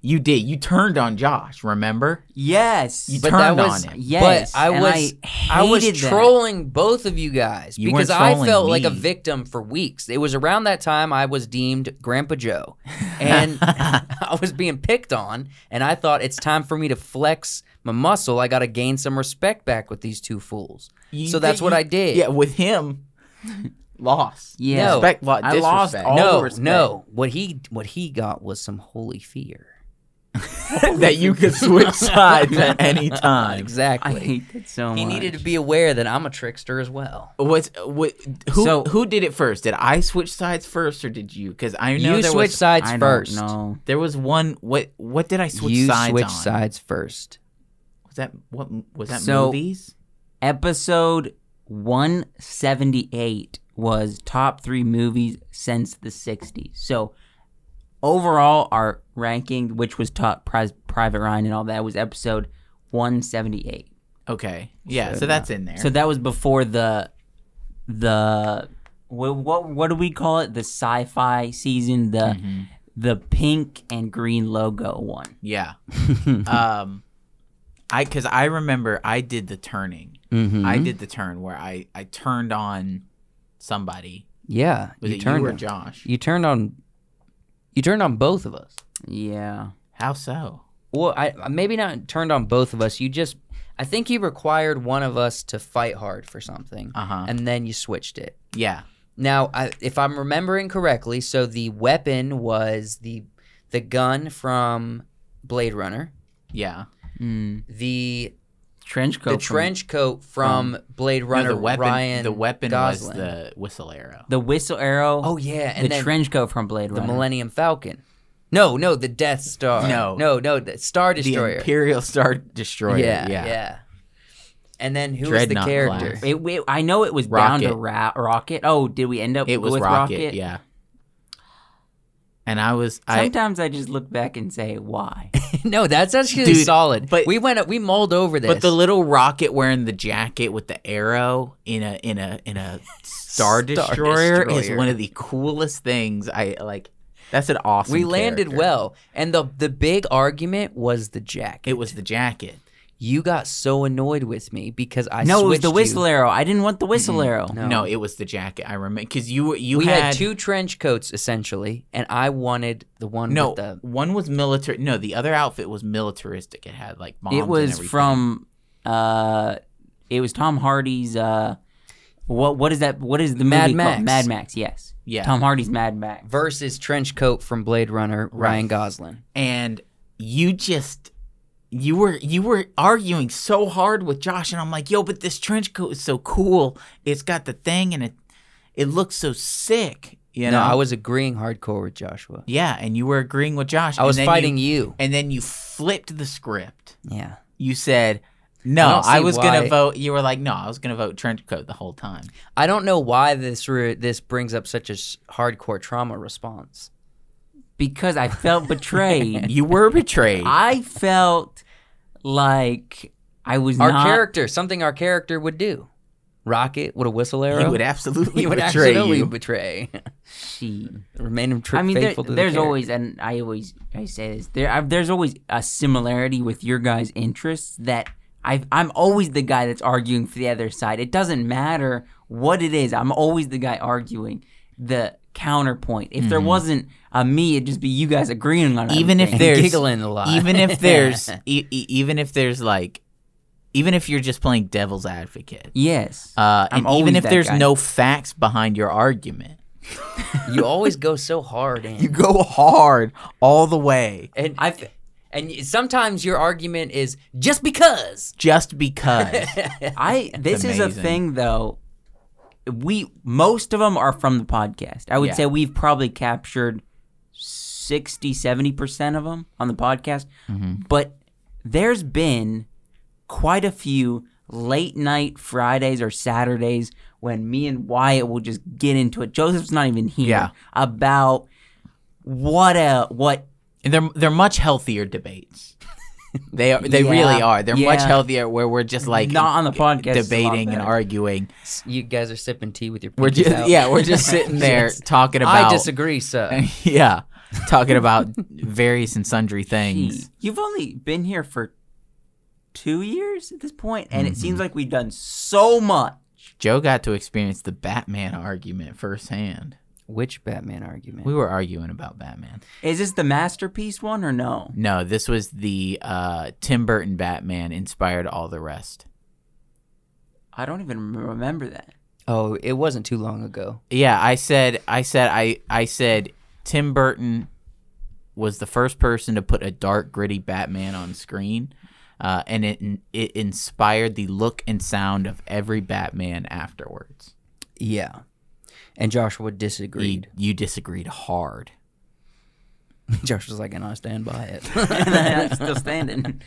You did. You turned on Josh. Remember?
Yes,
You
But
turned
that was-
on him.
yes.
but I
and
was I, was
hated that.
trolling both of you guys
You
because
weren't
I
trolling
felt like a
me.
victim for weeks. It was around that time I was deemed Grandpa Joe,
[laughs]
and [laughs] I was being picked on. And I thought it's time for me to flex my muscle. I got to gain some respect back with these two fools.
You
so that's
did-
what
you-
I did.
Yeah, with him, lost.
Yeah.
No.
Respect, lo-
I lost
disrespect.
all
no,
respect.
no. What he what he got was some holy fear.
[laughs] that you could switch sides [laughs] at
[laughs]
any time.
I
Exactly.
hate that so much.
he needed to be aware that I'm a trickster as well.
What's what? Who
So-
who did it first? Did I switch sides first, or did you? Because I know
you
there
switch
was
sides first.
No,
there was one. What what did I switch
you
sides
switch
on?
sides first.
Was that what was that
So-
movies?
episode one seventy eight was top three movies since the '60s. So overall, our ranking, which was top Pri- Private Ryan and all that, was episode one seventy eight.
Okay, yeah. So, that's in there.
So that was before the the what what, what do we call it? The sci-fi season, the the pink and green logo one.
Yeah. um I cuz I remember I did the turning. I
Mm-hmm.
did the turn where I I turned on somebody.
Yeah,
Was
you
it
turned
you or
on,
Josh?
you turned on you turned on both of us.
Yeah.
How so?
Well, I I- maybe not turned on both of us. You just I think you required one of us to fight hard for something,
Uh-huh.
and then you switched it.
Yeah.
Now, I, if I'm remembering correctly, so the weapon was the the gun from Blade Runner,
Yeah.
Mm.
the
Trench coat.
the
from-
trench coat from Blade
No,
Runner.
the weapon
Ryan
the weapon
Gosling.
was the whistle arrow.
The whistle arrow.
oh yeah, and
the
then
trench coat from Blade
the
Runner.
Millennium Falcon. No, no, the Death Star.
No.
no, no, the Star
The
Destroyer.
Imperial Star Destroyer.
yeah,
Yeah.
yeah, And then who was the
Dreadnought
character?
class.
It, we I know it was bound to
Rocket.
ra- rocket. Oh, did we end up
It was
with
rocket, yeah. And I was I
Sometimes I just look back and say, why?
[laughs] no, that's actually
Dude,
solid. But
but-
we went, we mulled over this.
but the little rocket wearing the jacket with the arrow in a in a in a star,
Star
destroyer, is
Destroyer.
one of the coolest things. I like. That's an awesome.
we landed
character.
well, and the the big argument was the jacket.
It was the jacket.
you got so annoyed with me because I
no, it was
switched
the
you.
whistle arrow. I didn't want the whistle arrow.
No.
Mm-hmm. No. it was the jacket. I remember because you were- you
We
had,
had, two trench coats essentially, and I wanted the one
No,
with the
one was military. No, the other outfit was militaristic. It had like bombs.
it
and
was
everything.
from uh it was Tom Hardy's uh what what is that what is the
Mad
movie
Max.
called? Mad Max, yes.
Yeah.
Tom Hardy's Mad Max.
versus trench coat from Blade Runner, Ryan Gosling.
and you just you were you were arguing so hard with Josh and I'm like, "Yo, but this trench coat is so cool. It's got the thing and it it looks so sick." You know,
no, I was agreeing hardcore with Joshua.
Yeah, and you were agreeing with Josh.
I was
and then
fighting
you,
you.
And then you flipped the script.
Yeah.
You said, "No,
don't
I,
see
was going
why-
to vote." You were like, "No, I was going to vote trench coat the whole time."
I don't know why this re- this brings up such a s- hardcore trauma response.
Because
[laughs]
I felt betrayed.
You were betrayed.
I felt like I was
Our
not
character, something our character would do. Rocket with a whistle arrow.
he
[laughs]
would absolutely
He would
betray
accidentally
you.
betray. [laughs]
she
Remain tr-
I mean, there,
faithful to the
there's
character.
always, and I always, I say this. There, I, there's always a similarity with your guys' interests that I, I'm always the guy that's arguing for the other side. It doesn't matter what it is. I'm always the guy arguing. The counterpoint. If
Mm-hmm.
there wasn't a me, it'd just be you guys agreeing on
even if
everything.
there's
giggling a lot. [laughs]
even
[laughs]
if there's e- e- even if there's like even if you're just playing devil's advocate
yes,
uh
I'm
and even
always
if
that
there's
guy.
no facts behind your argument
you always go so hard in.
[laughs] you go hard all the way
and I and y- sometimes your argument is just because.
just
[laughs]
because [laughs]
I this is a
amazing.
thing though. We most of them are from the podcast. I would
Yeah.
say we've probably captured 60 70% of them on the podcast.
Mm-hmm.
But there's been quite a few late night Fridays or Saturdays when me and Wyatt will just get into it. Joseph's not even here
Yeah.
about what a what
and they're they're much healthier debates they are they
Yeah,
really are they're much
yeah.
healthier where we're just like
Not on the podcast, it's a lot
debating and
better.
arguing
You guys are sipping tea with your.
we're
pinkies
just
out.
yeah
[laughs]
we're just
[laughs]
sitting there
Yes.
talking about
I disagree, sir.
[laughs] yeah talking about various and sundry things
Gee, You've only been here for two years at this point, and it
Mm-hmm.
seems like we've done so much.
Joe got to experience the Batman argument firsthand.
Which Batman argument?
We were arguing about Batman.
Is this the masterpiece one or no?
No, this was the uh, Tim Burton Batman inspired all the rest.
I don't even remember that. [laughs]
oh, it wasn't too long ago.
Yeah, I said, I said, I, I said, Tim Burton was the first person to put a dark, gritty Batman on screen, uh, and it it inspired the look and sound of every Batman afterwards.
Yeah, and Joshua
You,
disagreed.
you disagreed hard.
[laughs] Josh was like, "And I stand by it." [laughs]
That's
[laughs]
still standing.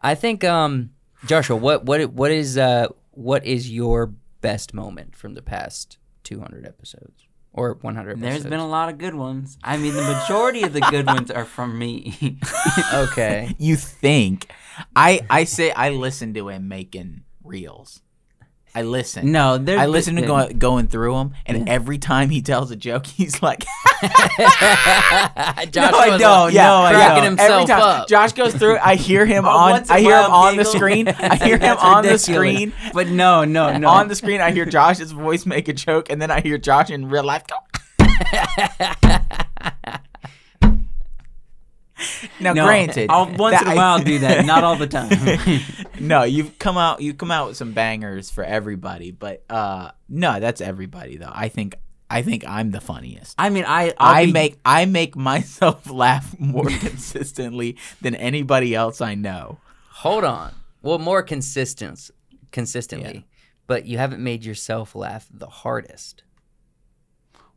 I think um Joshua, what what what is uh what is your best moment from the past 200 episodes or 100 episodes?
There's been a lot of good ones. I mean, the majority of the good ones are from me. [laughs]
[laughs] Okay.
you think I I say I listen to him making reels. I listen.
no, there's
I listen to
been-
going going through them, and every time he tells a joke, [laughs] he's like,
Josh
"No, I don't. no, I
cracking
don't."
himself
every time
up.
Josh goes through, I hear [laughs] him on.
once in
I
a
hear
while,
him on the
giggle.
screen.
[laughs]
I [laughs] hear him
That's
on the
ridiculous.
screen.
But
[laughs]
no, no, no.
On the screen, I hear Josh's voice make a joke, and then I hear Josh in real life go. [laughs] now,
no,
granted,
I'll once
that
in a
I-
while do that.
[laughs]
Not all the time.
no, you've come out you come out with some bangers for everybody, but uh no, that's everybody though. I think I think I'm the funniest.
I mean, I I'll
I
be-
make I make myself [laughs] laugh more consistently than anybody else I know.
Hold on. Well, more consistence consistently. But you haven't made yourself laugh the hardest.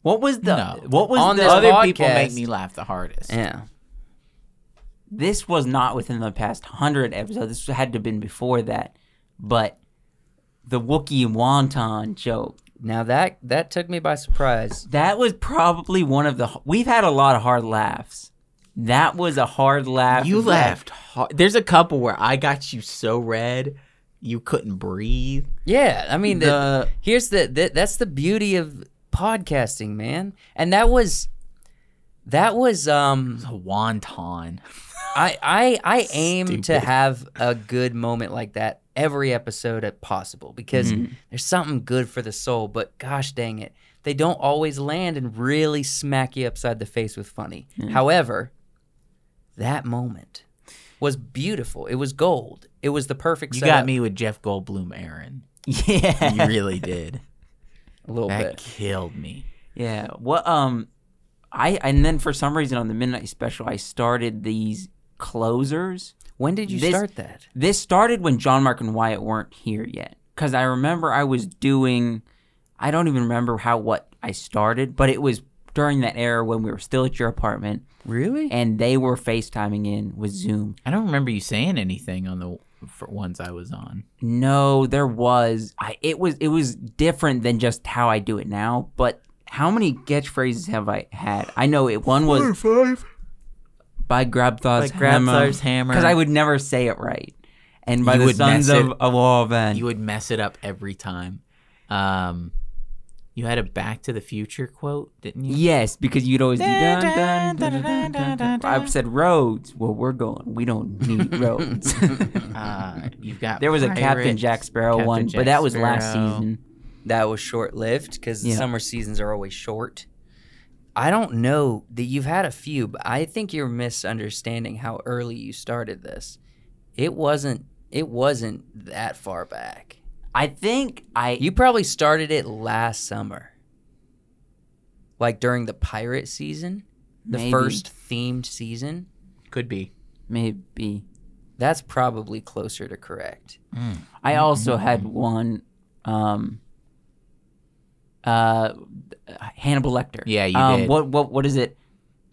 What was the
No.
what was
On
the
this
Other
podcast-
people make me laugh the hardest.
Yeah.
this was not within the past 100 episodes. This had to have been before that. But the Wookiee wonton joke,
Now that that took me by surprise.
that was probably one of the. We've had a lot of hard laughs. That was a hard laugh.
You
Like,
laughed hard. There's a couple where I got you so red you couldn't breathe.
Yeah, I mean, the,
The-
here's the, the that's the beauty of podcasting, man. And that was that was um
A wonton.
I I I aim to
Stupid.
have a good moment like that every episode if possible because
Mm-hmm.
there's something good for the soul, but gosh dang it, they don't always land and really smack you upside the face with funny. However, that moment was beautiful. It was gold. It was the perfect
You
setup.
got me with Jeff Goldblum Aaron.
[laughs]
[laughs]
Yeah.
You really did.
a little
That
bit.
killed me.
Yeah. What um I and then for some reason on the midnight special I started these closers.
When did you
This-
start that?
This started when John Mark and Wyatt weren't here yet. Because I remember I was doing, I don't even remember how, what I started, but it was during that era when we were still at your apartment
Really?
and they were FaceTiming in with Zoom.
I don't remember you saying anything on the for ones I was on.
No, there was, I, it was, it was different than just how I do it now, but how many catchphrases have I had? I know it, one was
Five.
by Grabthaw's
By Grabthaw's
Hammer.
Hammer.
Because I would never say it right. And by
You
the
would
Sons
mess
of,
it-
of Walvan.
You would mess it up every time. Um, you had a Back to the Future quote, didn't you?
Yes, because you'd always do
Dun,
dun
dun, dun,
dun dun dun
dun,
dun
dun,
dun. I've said roads. Well, we're going. We don't need roads.
Uh, you've got.
there was a Captain
Pirates,
Jack Sparrow
Captain
one,
Jack
but that was last
Sparrow.
season.
that was short lived because the
Yeah.
summer seasons are always short. I don't know that you've had a few, but I think you're misunderstanding how early you started this. It wasn't it wasn't that far back.
I think I
You probably started it last summer. Like during the pirate season, the
Maybe.
first themed season.
Could be.
maybe
That's probably closer to
[laughs]
correct.
I also had one um uh Hannibal Lecter.
Yeah, you
um,
did.
What what what is it?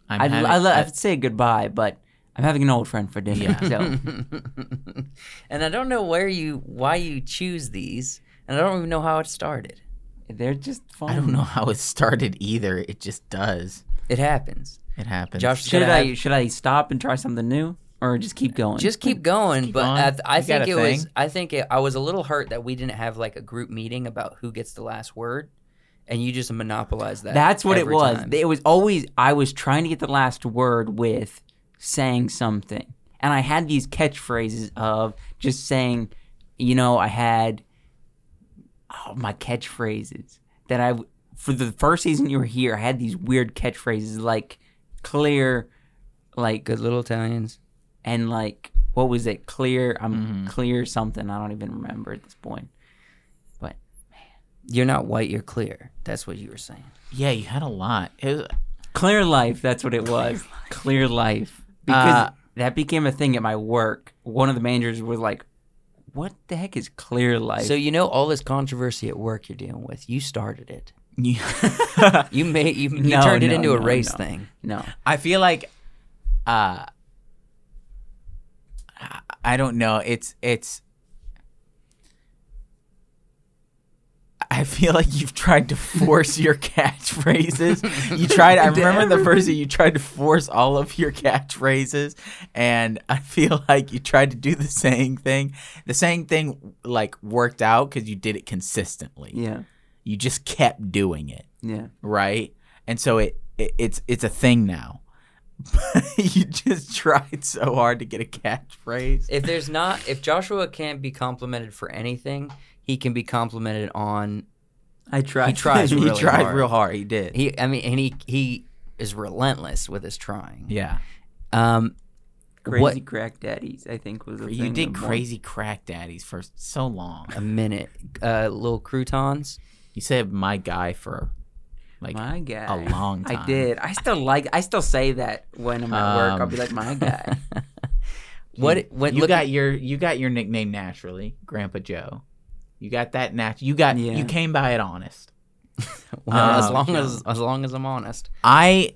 I'm
I
having-
I, lo-
uh,
I'd say goodbye, but I'm having an old friend for dinner.
Yeah. [laughs]
So
and I don't know where you why you choose these, and I don't even know how it started.
they're just fun.
I don't know how it started either. It just does.
It happens.
It happens.
Josh
Should
gotta
I
have-
should I stop and try something new or just keep going?
just keep going?
keep
but
going.
I, th- I
You got
think
a
it was.
thing.
I think it, I was a little hurt that we didn't have like a group meeting about who gets the last word, and you just monopolized that.
That's what it
every
was.
time.
It was always I was trying to get the last word with saying something. And I had these catchphrases of just saying, you know, I had oh, my catchphrases that I for the first season you were here, I had these weird catchphrases like clear like
Good little Italians. Mm-hmm.
and like what was it? Clear I'm clear something. I don't even remember at this point.
You're not white. You're clear. That's what you were saying.
yeah, you had a lot. It was, [laughs]
Clear Life, that's what it was. Clear Life. Because
Uh,
that became a thing at my work. One of the managers was like, What the heck is Clear Life?
So you know all this controversy at work you're dealing with. You started it.
Yeah.
You made you, you
[laughs] No,
turned it
no,
into a
no,
race
no.
thing.
no.
I feel like uh I- I don't know. It's it's I feel like you've tried to force your catchphrases. You tried I remember the first that you tried to force all of your catchphrases and I feel like you tried to do the saying thing. The saying thing like worked out cuz you did it consistently.
Yeah.
You just kept doing it
Yeah.
right? And so it, it it's it's a thing now. [laughs] you just tried so hard to get a catchphrase.
if there's not if Joshua can't be complimented for anything, he can be complimented on
I tried.
He tries
[laughs] he
really
tried
hard.
real hard. He did.
he I mean and he he is relentless with his trying.
yeah,
Um
[laughs] Crazy
What-
Crack Daddies, I think was the thing.
you did
at one-
crazy crack daddies for so long.
a minute. Uh little
[laughs]
croutons.
You said my guy for like
My guy.
a long time.
I did. I still like I still say that when I'm at work. I'll be like, My guy. [laughs]
What when
you
look
got your you got your nickname naturally, Grandpa Joe. You got that nat. You got
Yeah.
you came by it honest.
well, as
um,
long as as long as I'm honest.
I,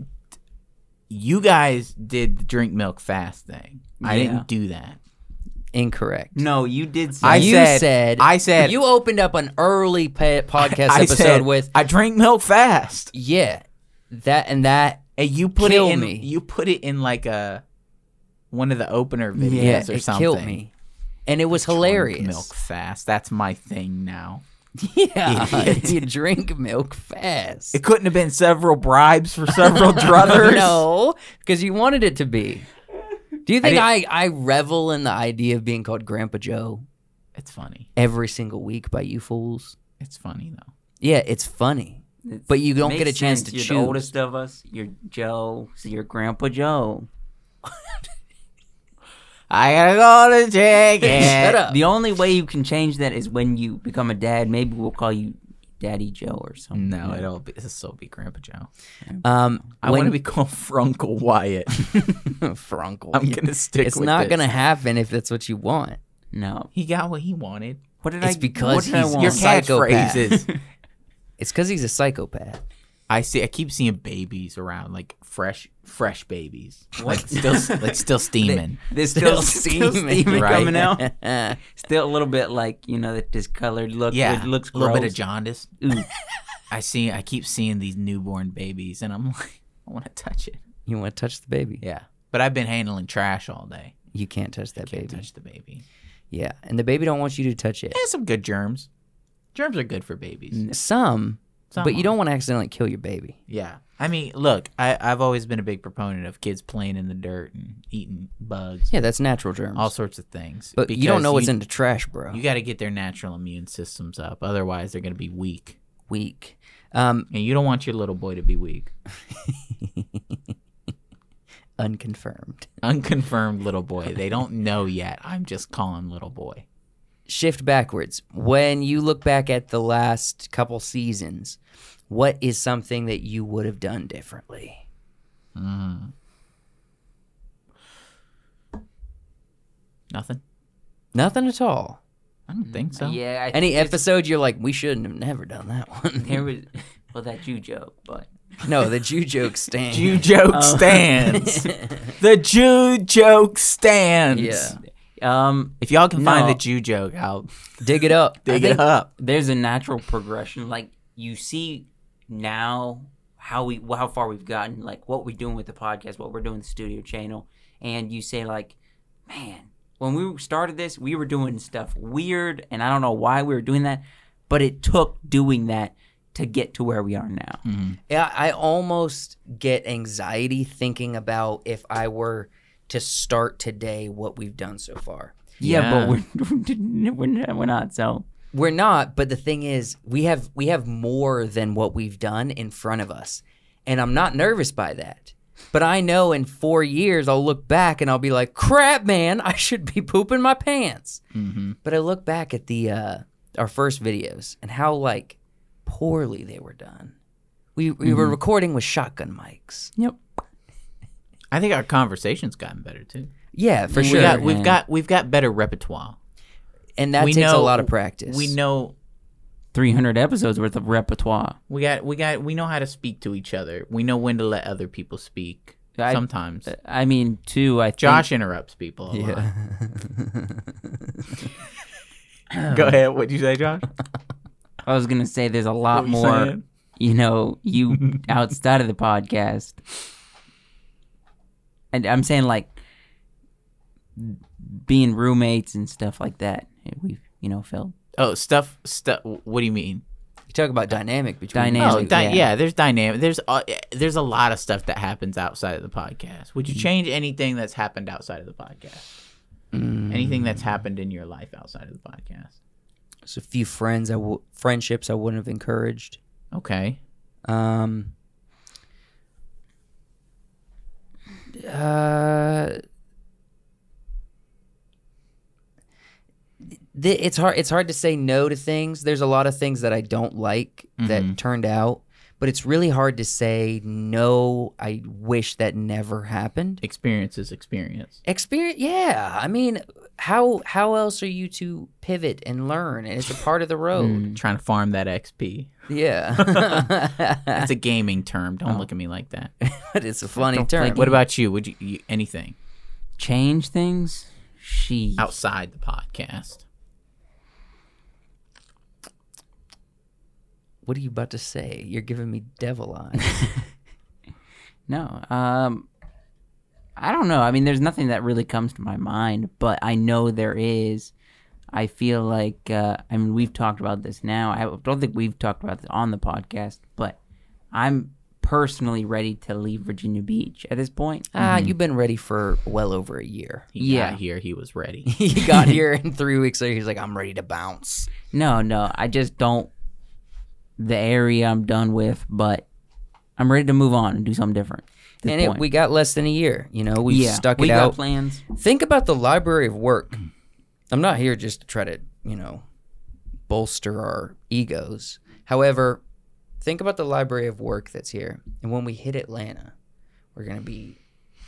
you guys did the drink milk fast thing. I
Yeah.
didn't do that.
Incorrect.
No, you did say
I
you
said-
said,
I said-
you opened up an early pa- podcast
[laughs] I
episode
said,
with
I drink milk fast,
yeah that and that
and you put
Kill
it in.
me.
You put it in like a one of the opener videos
yeah
or
it
something.
killed me and it was
Drink
hilarious
Milk fast. That's my thing now.
[laughs] Yeah,
[laughs] Idiot.
you drink milk fast.
It couldn't have been several bribes
[laughs]
for several druthers.
no, because you wanted it to be. Do you think
didn't-
I, I revel in the idea of being called Grandpa Joe
It's funny.
every single week by you fools?
It's funny though.
Yeah, it's funny,
It's-
but you don't
makes
get a chance
sense.
to
you're
choose.
the oldest of us. You're Joe. So you're Grandpa Joe.
I gotta go to
[laughs]
chicken.
Shut up.
The only way you can change that is when you become a dad. Maybe we'll call you Daddy Joe or something.
No, it'll be, this will be Grandpa Joe.
Um,
I want to be called Frunkle Wyatt.
[laughs] Frunkle.
I'm gonna stick.
it's
with
not
this.
gonna happen if that's what you want.
No.
He got what he wanted.
What did
It's
I?
because
what did I
he's your
want?
Your
psychopath.
catchphrases.
It's because he's a psychopath.
I see. I keep seeing babies around, like fresh,
[laughs]
fresh babies, like still, like still steaming.
There's still, still steaming
right?
coming out.
out.
Still a little bit like you know that discolored look.
yeah,
it looks
a little bit of
gross.
jaundice.
Ooh.
[laughs] I see. I keep seeing these newborn babies, and I'm [laughs] like, I want to touch it.
[laughs] you want to touch the baby?
Yeah, but I've been handling trash all day.
You can't touch that
Can't
baby.
touch the baby.
Yeah, and the baby don't want you to touch it.
There's some good germs. Germs are good for babies.
Some,
Some
but you
are.
don't want to accidentally kill your baby.
Yeah. I mean, look, I, I've always been a big proponent of kids playing in the dirt and eating bugs,
Yeah, that's natural germs.
all sorts of things.
but you don't
because
know what's
you-
in the trash, bro.
You got to get their natural immune systems up. Otherwise, they're going to be weak.
weak. Um,
And you don't want your little boy to be weak.
unconfirmed.
Unconfirmed little boy. They don't know yet. I'm just calling little boy.
Shift backwards. When you look back at the last couple seasons, what is something that you would have done differently?
Nothing?
Nothing at all.
I don't think so.
Yeah, I
Any episode you're like, we shouldn't have never done that [laughs] one.
there was [laughs] well that Jew joke, but
no, the Jew joke stands.
Jew joke
Oh. [laughs]
stands. the Jew joke stands.
Yeah.
um,
If y'all can find
No.
the Jew joke, I'll
[laughs] Dig it up.
dig
think-
it up.
there's a natural progression. Like you see now how we how far we've gotten, like what we're doing with the podcast, what we're doing with the studio channel, and you say like, man, when we started this, we were doing stuff weird, and I don't know why we were doing that, but it took doing that to get to where we are now.
Yeah, I almost get anxiety thinking about if I were to start today what we've done so far.
Yeah,
Yeah.
but we're, [laughs] we're not- we're not. So
We're not, but the thing is, we have we have more than what we've done in front of us. And I'm not nervous by that. But I know in 4 years I'll look back and I'll be like, "Crap, man, I should be pooping my pants."
Mm-hmm.
But I look back at the uh our first videos and how like poorly they were done. We we
Mm-hmm.
were recording with shotgun mics.
yep.
I think our conversation's gotten better too.
Yeah, for sure.
we got, we've
man.
got we've got better repertoire.
and that
we
takes a
know-
lot of practice.
We know
300 episodes worth of repertoire.
we got we got we know how to speak to each other. We know when to let other people speak.
I-
Sometimes
I mean, too, I think
Josh
Um,
interrupts people. A lot. [laughs] Go ahead. What'd you say, Josh?
I was going to say there's a lot
you
more,
saying?
you know, you outside of the podcast. And I'm saying like being roommates and stuff like that. We've, you know, felt
Oh, stuff. Stuff. What do you mean?
You talk about dynamic between
Dynamic.
Oh,
these two.
di- yeah.
yeah.
There's dynamic. There's uh, there's a lot of stuff that happens outside of the podcast.
Mm-hmm.
Would you change anything that's happened outside of the podcast?
Mm.
Anything that's happened in your life outside of the podcast?
There's a few friends, I w- friendships I wouldn't have encouraged.
Okay.
Um, uh, th- it's hard. It's hard to say no to things. There's a lot of things that I don't like that turned out, but it's really hard to say no. I wish that never happened.
Experience is experience.
experience yeah i mean how how else are you to pivot and learn and it's a part of the road
Trying to farm that XP.
[laughs] yeah
[laughs] That's a gaming term. Don't look at me like that.
but it's a funny [laughs]
Don't
term
think-
What about you? Would you, you anything
change things. She
outside the podcast?
what are you about to say you're giving me devil eyes
No. Um I don't know. I mean, there's nothing that really comes to my mind, but I know there is. I feel like uh I mean, we've talked about this now. I don't think we've talked about this on the podcast, but I'm personally ready to leave Virginia Beach at this point.
ah you've been ready for well over a year
He
[laughs]
got
Yeah.
here he was ready.
he got here in three weeks later he's like i'm ready to bounce
No, no. I just don't the area I'm done with, but I'm ready to move on and do something different. at this
and it,
point.
we got less than a year you know we stuck it
we
out
got plans.
think about the library of work i'm not here just to try to you know bolster our egos however think about the library of work that's here and when we hit atlanta we're going to be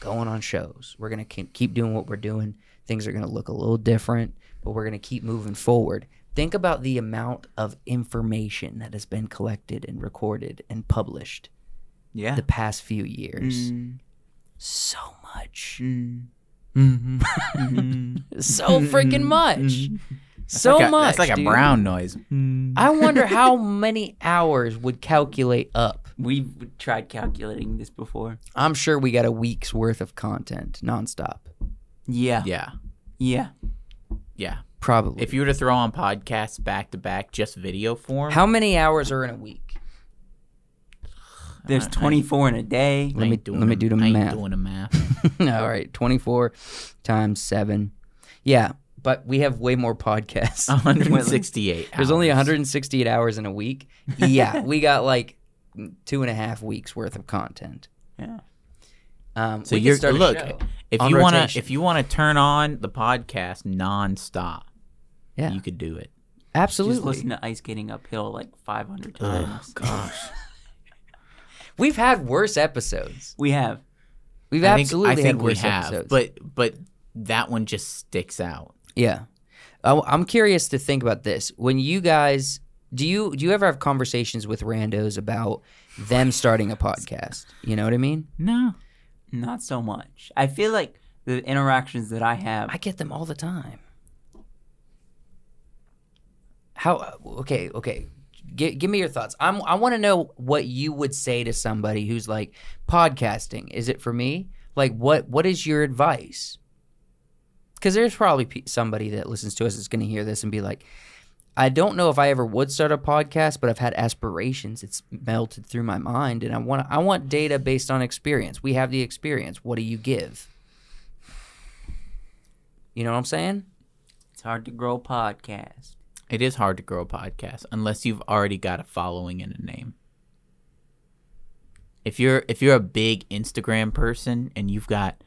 going on shows we're going to keep, keep doing what we're doing things are going to look a little different but we're going to keep moving forward think about the amount of information that has been collected and recorded and published
Yeah. Mm.
the past few years so much [laughs] so freaking much. So much.
Mm-hmm. That's like a
dude.
brown noise.
I wonder how many hours would calculate up.
We've tried calculating this before.
I'm sure we got a week's worth of content nonstop.
Yeah.
Yeah.
Yeah.
Yeah.
Probably.
If you were to throw on podcasts back to back, just video form,
how many hours are in a week? [laughs]
There's 24 in a day.
Let me let me do the
I
[laughs]
ain't [laughs]
math.
doing the math.
All right, 24 times 7. Yeah, but we have way more podcasts.
168.
[laughs] There's only
hours.
168 hours in a week. Yeah, we got like two and a half weeks worth of content.
Yeah.
Um,
So
we could
you're
start a
look
show.
if
on
you want to
rotation.
if you want to turn on the podcast nonstop,
Yeah.
you could do it.
absolutely.
Just listen to Ice Skating Uphill like 500 times.
gosh,
We've had worse episodes.
[laughs] We have.
We've
I think,
absolutely
I think
had
we
worse
have,
episodes.
but but that one just sticks out.
yeah, I, I'm curious to think about this. When you guys do you do you ever have conversations with randos about them starting a podcast? You know what I mean?
No,
Not so much. I feel like the interactions that I have.
I get them all the time. How okay, okay. Gi- give me your thoughts. I'm I want to know what you would say to somebody who's like podcasting. Is it for me? Like what what is your advice? Cuz there's probably pe- somebody that listens to us that's going to hear this and be like I don't know if I ever would start a podcast, but I've had aspirations. It's melted through my mind and I want I want data based on experience. We have the experience. What do you give? You know what I'm saying?
it's hard to grow a podcast.
it is hard to grow a podcast unless you've already got a following and a name. If you're if you're a big Instagram person and you've got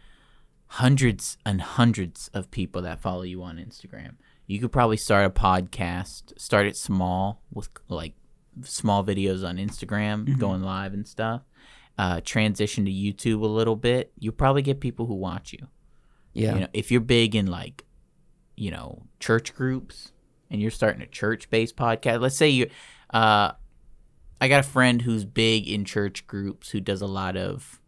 hundreds and hundreds of people that follow you on Instagram, you could probably start a podcast. Start it small with like small videos on Instagram, going live and stuff. Uh, transition to YouTube a little bit. You'll probably get people who watch you.
Yeah.
You know, if you're big in like, you know, church groups and you're starting a church based podcast, let's say you, uh, I got a friend who's big in church groups who does a lot of,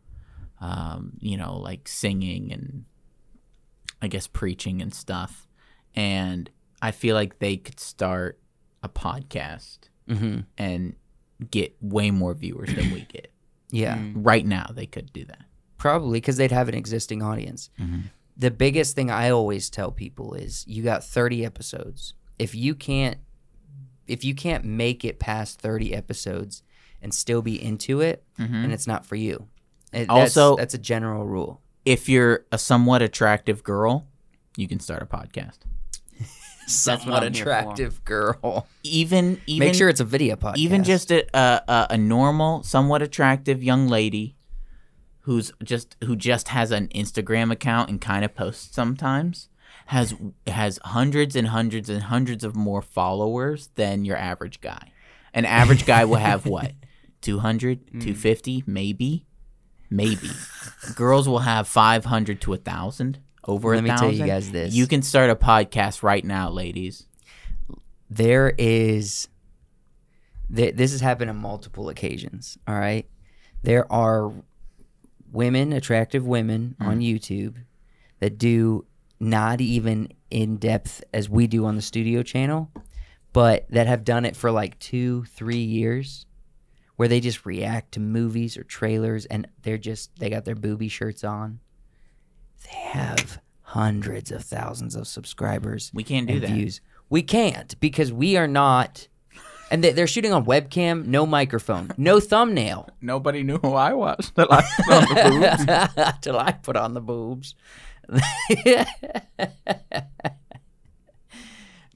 um, you know, like singing and I guess preaching and stuff. And I feel like they could start a podcast
mm-hmm.
and get way more viewers than we get.
Yeah.
Right now, they could do that.
Probably because they'd have an existing audience. The biggest thing I always tell people is you got 30 episodes. If you can't, if you can't make it past 30 episodes and still be into it, and it's not for you. It- that's-
Mm-hmm. Also-
that's a general rule.
If you're a somewhat attractive girl, you can start a podcast.
That's
what
what
I'm here for.
attractive [laughs] girl.
even even
Make sure it's a video podcast.
even just a, a a- a normal, somewhat attractive young lady who's just who just has an Instagram account and kind of posts sometimes has has hundreds and hundreds and hundreds of more followers than your average guy. An average guy will
[laughs]
have what? 200,
Hmm.
250, maybe? Maybe. Girls will have 500 to 1,000, over a
Let me
1,000.
tell you guys this.
You can start a podcast right now, ladies.
there is th- this has happened on multiple occasions all right there are women attractive women
Mm-hmm.
on youtube that do not even in depth as we do on the studio channel but that have done it for like two three years where they just react to movies or trailers and they're just they got their booby shirts on they have hundreds of thousands of subscribers
We can't do
and
that.
views. We can't because we are not. And they, they're shooting on webcam, no microphone, no thumbnail.
Nobody knew who I was. That I put on the [laughs]
[laughs]
booth.
Till I put on the boobs.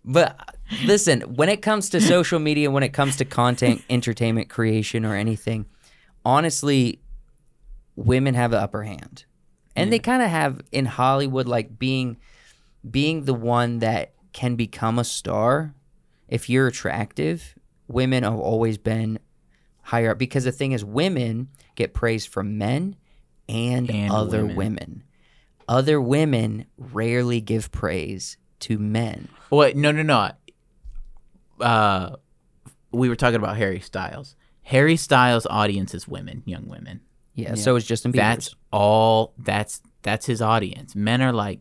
but listen, when it comes to social media, when it comes to content, entertainment creation, or anything, honestly, women have the upper hand. And they kind of have in Hollywood, like being being the one that can become a star if you're attractive, women have always been higher up because the thing is women get praise from men and,
And
other
women.
women. Other women rarely give praise to men.
Wait, no, no, no. Uh, we were talking about Harry Styles. Harry Styles' audience is women, young women.
Yeah, so it's Justin Bieber.
That's all. That's that's his audience. Men are like,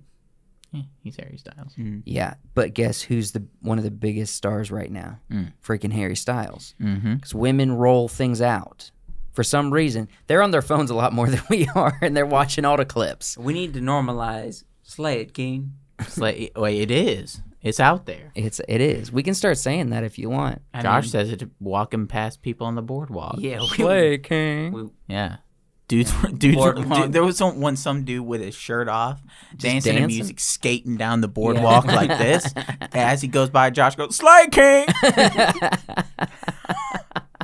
eh, he's Harry Styles.
yeah, but guess who's the one of the biggest stars right now?
Hmm.
Freaking Harry Styles.
Mm-hmm.
because women roll things out for some reason. They're on their phones a lot more [laughs] than we are, and they're watching all the clips.
We need to normalize Slay It King.
It's like, wait, it is. It's out there.
It's it is. We can start saying that if you want.
I
Josh
mean,
Uh,
says it walking past people on the boardwalk.
yeah, we,
King.
we,
yeah. Dudes, were, dudes, were,
Boardwalk.
dude, there was some, one some dude with his shirt off, dancing, to
dancing?
music, skating down the boardwalk like this. As he goes by, Josh goes, "Slay King!"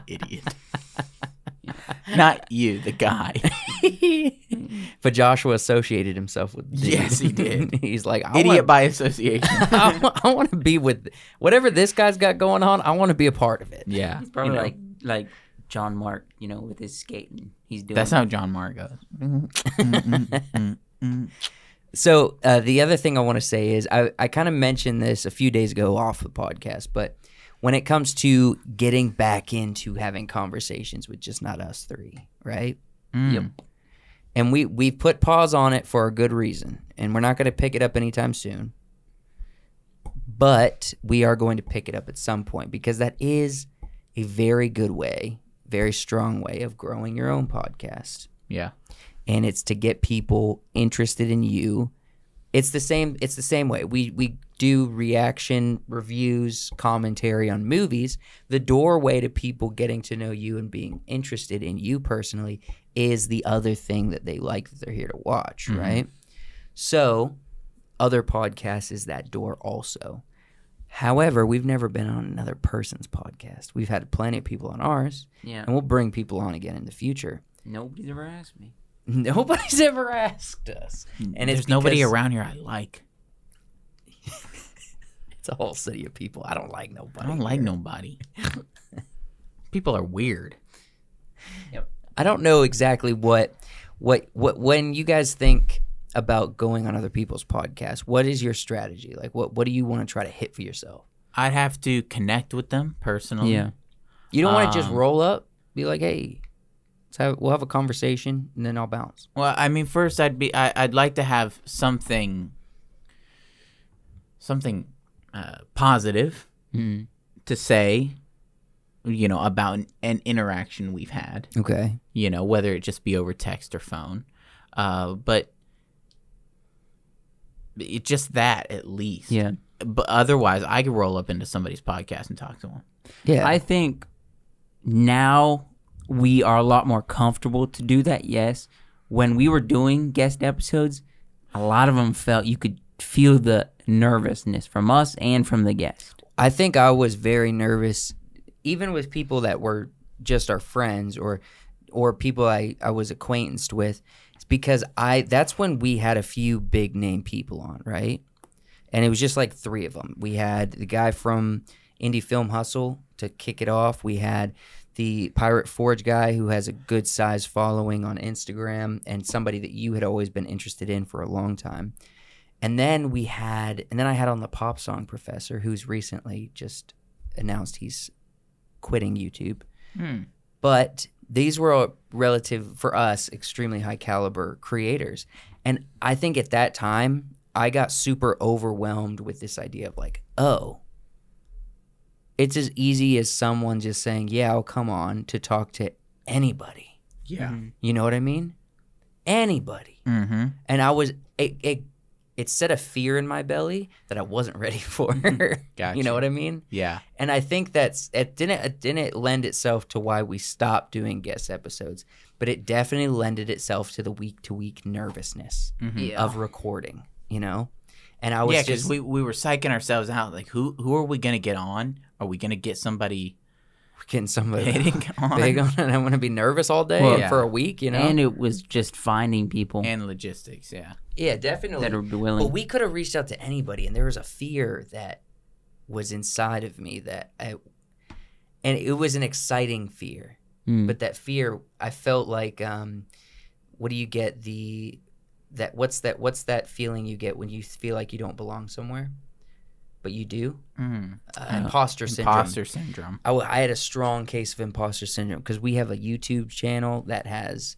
Idiot. Not you, the guy.
[laughs] But Joshua associated himself with. dude. [laughs]
Yes, he did.
He's like I
Idiot
Idiot.
by association.
I, wa- [laughs] I want to be with whatever this guy's got going on. I want to be a part of it.
yeah,
Probably
You know.
like like John Mark, you know, with his skating. He's doing
that's how John Mark goes.
So uh, the other thing I want to say is I, I kind of mentioned this a few days ago off the podcast, but when it comes to getting back into having conversations with just not us three, right?
Yep.
And we we've put pause on it for a good reason, and we're not going to pick it up anytime soon. But we are going to pick it up at some point because that is a very good way, very strong way of growing your own podcast
Yeah.
and it's to get people interested in you. It's the same. It's the same way we we do reaction reviews, commentary on movies. The doorway to people getting to know you and being interested in you personally is the other thing that they like that they're here to watch, right? So, other podcasts is that door also. However, we've never been on another person's podcast. We've had plenty of people on ours,
Yeah.
and we'll bring people on again in the future.
Nobody's ever asked me.
[laughs] Nobody's ever asked us, and it's
There's nobody
because
around here I like.
It's a whole city of people. I don't like nobody.
I don't like nobody. People are weird.
I don't know exactly what, what, what. When you guys think about going on other people's podcasts, what is your strategy? Like, what, what do you want to try to hit for yourself?
I'd have to connect with them personally.
Yeah.
You don't want to just
Um,
roll up, be like, hey, let's have, we'll have a conversation, and then I'll bounce.
Well, I mean, first I'd be I, I'd like to have something something uh, positive
Mm.
to say, you know, about an, an interaction we've had.
Okay.
You know, whether it just be over text or phone, uh, but it, just that at least.
Yeah.
But otherwise, I could roll up into somebody's podcast and talk to them.
Yeah.
I think now we are a lot more comfortable to do that. Yes, when we were doing guest episodes, a lot of them felt you could feel the nervousness from us and from the guest.
I think I was very nervous, even with people that were just our friends or or people I, I was acquaintanced with. It's because I that's when we had a few big name people on, right? And it was just like three of them. We had the guy from Indie Film Hustle to kick it off. We had the Pirate Forge guy who has a good size following on Instagram and somebody that you had always been interested in for a long time. And then we had, and then I had on the pop song professor who's recently just announced he's quitting YouTube. But these were all relative for us, extremely high caliber creators. And I think at that time, I got super overwhelmed with this idea of like, oh, it's as easy as someone just saying, yeah, I'll come on to talk to anybody.
Yeah.
You know what I mean? Anybody
Mm-hmm.
and I was it, it it set a fear in my belly that I wasn't [laughs] ready for. You
Gotcha.
know what I mean?
Yeah.
And I think that's it didn't it didn't lend itself to why we stopped doing guest episodes, but it definitely lended itself to the week to week nervousness of recording. You know, and I was
yeah, because
just
we, we were psyching ourselves out. Like, who who are we gonna get on? Are we gonna get somebody
getting
[laughs]
somebody
[laughs]
hitting on?
big on, and I'm gonna be nervous all day
Well,
and
yeah.
for a week. You know,
And it was just finding people
And logistics, yeah.
yeah, definitely.
that would be willing.
But we could have reached out to anybody, and there was a fear that was inside of me that I, and it was an exciting fear.
Mm.
But that fear, I felt like, um, what do you get the, that what's that what's that feeling you get when you feel like you don't belong somewhere, but you do?
Mm.
Uh, imposter syndrome.
Imposter syndrome.
I, w- I had a strong case of imposter syndrome because we have a YouTube channel that has,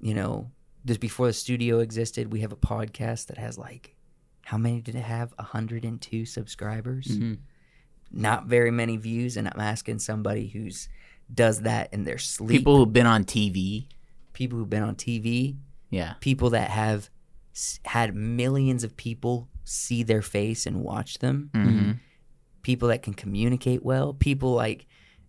you know, this before the studio existed, we have a podcast that has like, how many did it have? 102 subscribers.
Mhm.
Not very many views. And I'm asking somebody who's does that in their sleep.
People who've been on TV.
people who've been on TV,
Yeah.
people that have s- had millions of people see their face and watch them
Mm-hmm.
people that can communicate well, people like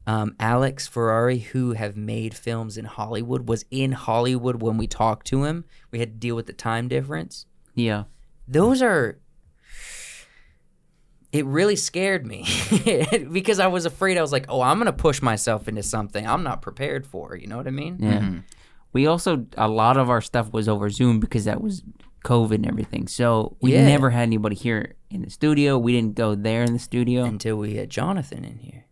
um, Alex Ferrari, who have made films in Hollywood, was in Hollywood when we talked to him. We had to deal with the time difference.
Yeah.
Those are. It really scared me [laughs] because I was afraid. I was like, oh, I'm going to push myself into something I'm not prepared for. You know what I mean?
Yeah. We also a lot of our stuff was over Zoom because that was COVID and everything. So we
Yeah.
never had anybody here in the studio. We didn't go there in the studio.
Until we had Jonathan in here,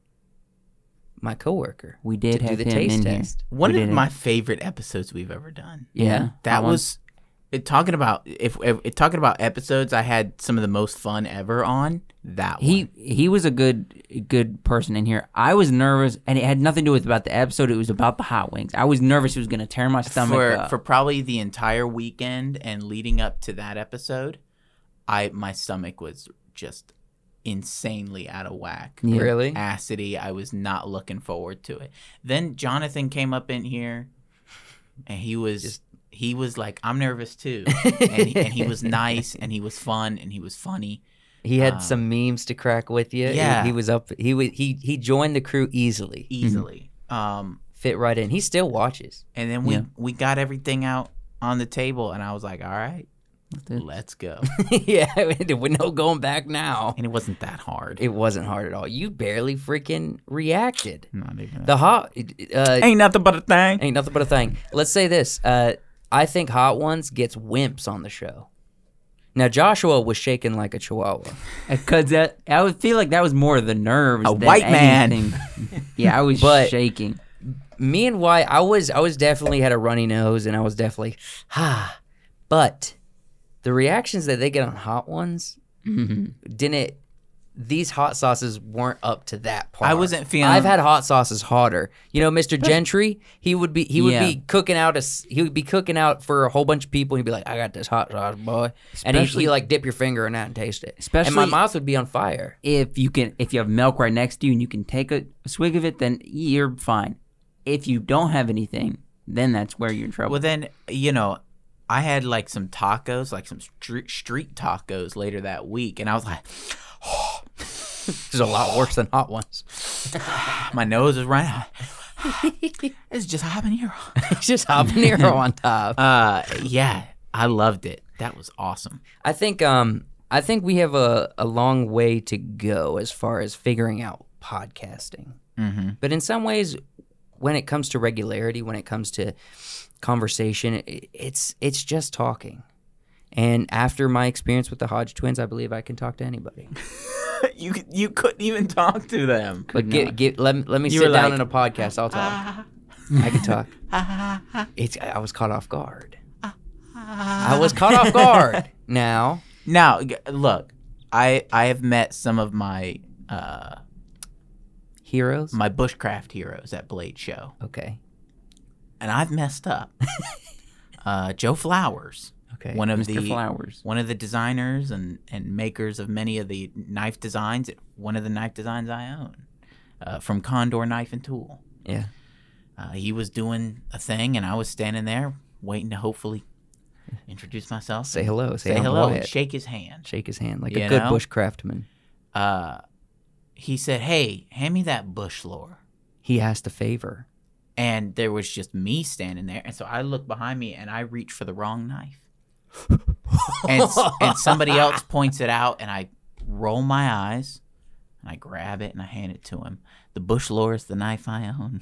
my coworker.
we did
to do
have
the
him
taste
in here.
test.
One
We
of
did
my favorite episodes we've ever done.
Yeah.
That
one-
was it, talking about if, if it, talking about episodes I had some of the most fun ever on. That one.
he he was a good good person in here. I was nervous and it had nothing to do with about the episode. It was about the hot wings. I was nervous it was gonna tear my stomach
for
up. [laughs]
for probably the entire weekend and leading up to that episode, I my stomach was just insanely out of whack.
Yeah.
Really?
Acidy. I was not looking forward to it. Then Jonathan came up in here, and he was he was like, "I'm nervous too," and, he, and he was nice, and he was fun, and he was funny.
He had
Um,
some memes to crack with you. He-
yeah.
He, was up. He was he he joined the crew easily.
Mm-hmm.
easily. Um,
Fit right in. He still watches. [laughs]
and then we
Yeah.
we got everything out on the table, and I was like, "All right,
do it."
let's go."
yeah, [laughs] with no going back now.
and it wasn't that hard.
It wasn't hard at all. You barely freaking reacted.
Not even
The hot uh,
ain't nothing but a thing.
ain't nothing but a thing. Let's say this. Uh, I think Hot Ones gets wimps on the show. Now Joshua was shaking like a chihuahua.
Because that I would feel like that was more the nerves.
A
than
white man. [laughs]
anything. yeah, I was
But-
shaking.
me and Y, I was I was definitely had a runny nose and I was definitely [sighs] ha. But the reactions that they get on hot ones didn't. These hot sauces weren't up to that part.
I wasn't feeling-
I've had hot sauces hotter. You know, Mr. Gentry, he would be he would
Yeah.
be cooking out a s- he would be cooking out for a whole bunch of people. He'd be like, "I got this hot sauce, boy," and he'd,
Especially-
he'd like dip your finger in that and taste it. and my
Especially-
mouth would be on fire. [laughs]
If you can, if you have milk right next to you and you can take a, a swig of it, then you're fine. If you don't have anything, then that's where you're in trouble.
Well, then you know, I had like some tacos, like some street, street tacos later that week, and I was like, [sighs]
This is a lot worse than hot ones.
[sighs] my nose is running. [sighs] hot. it's just habanero. [laughs]
Just habanero on top.
Uh, yeah, I loved it. That was awesome.
I think um I think we have a, a long way to go as far as figuring out podcasting.
Mm-hmm.
But in some ways, when it comes to regularity, when it comes to conversation, it, it's it's just talking. And after my experience with the Hodge twins, I believe I can talk to
[laughs]
anybody.
you you couldn't even talk to them.
But get, get let me let me
You
sit
were
down
like,
in a podcast. I'll talk.
[laughs]
I can talk. It's I was caught off
[laughs]
guard. I was caught off guard. Now
Now, g- look, I I have met some of my uh
heroes.
my bushcraft heroes at Blade Show,
Okay.
and I've
[laughs]
messed up. uh, Joe Flowers,
Okay.
one of
Mr.
the
Flowers. [laughs]
one of the designers and and makers of many of the knife designs. One of the knife designs I own uh, from Condor Knife and Tool.
Yeah.
Uh, he was doing a thing, and I was standing there waiting to hopefully introduce myself,
say hello, say,
say
I'm
hello,
Wyatt.
and shake his hand.
Shake his hand like
You
a good
know?
bushcraftman.
uh, he said, "Hey, hand me that bush lore."
He asked a favor.
And there was just me standing there, and so I looked behind me and I reach for the wrong knife, and, s- and somebody else points it out, and I roll my eyes, and I grab it and I hand it to him. The bush lore is the knife I own.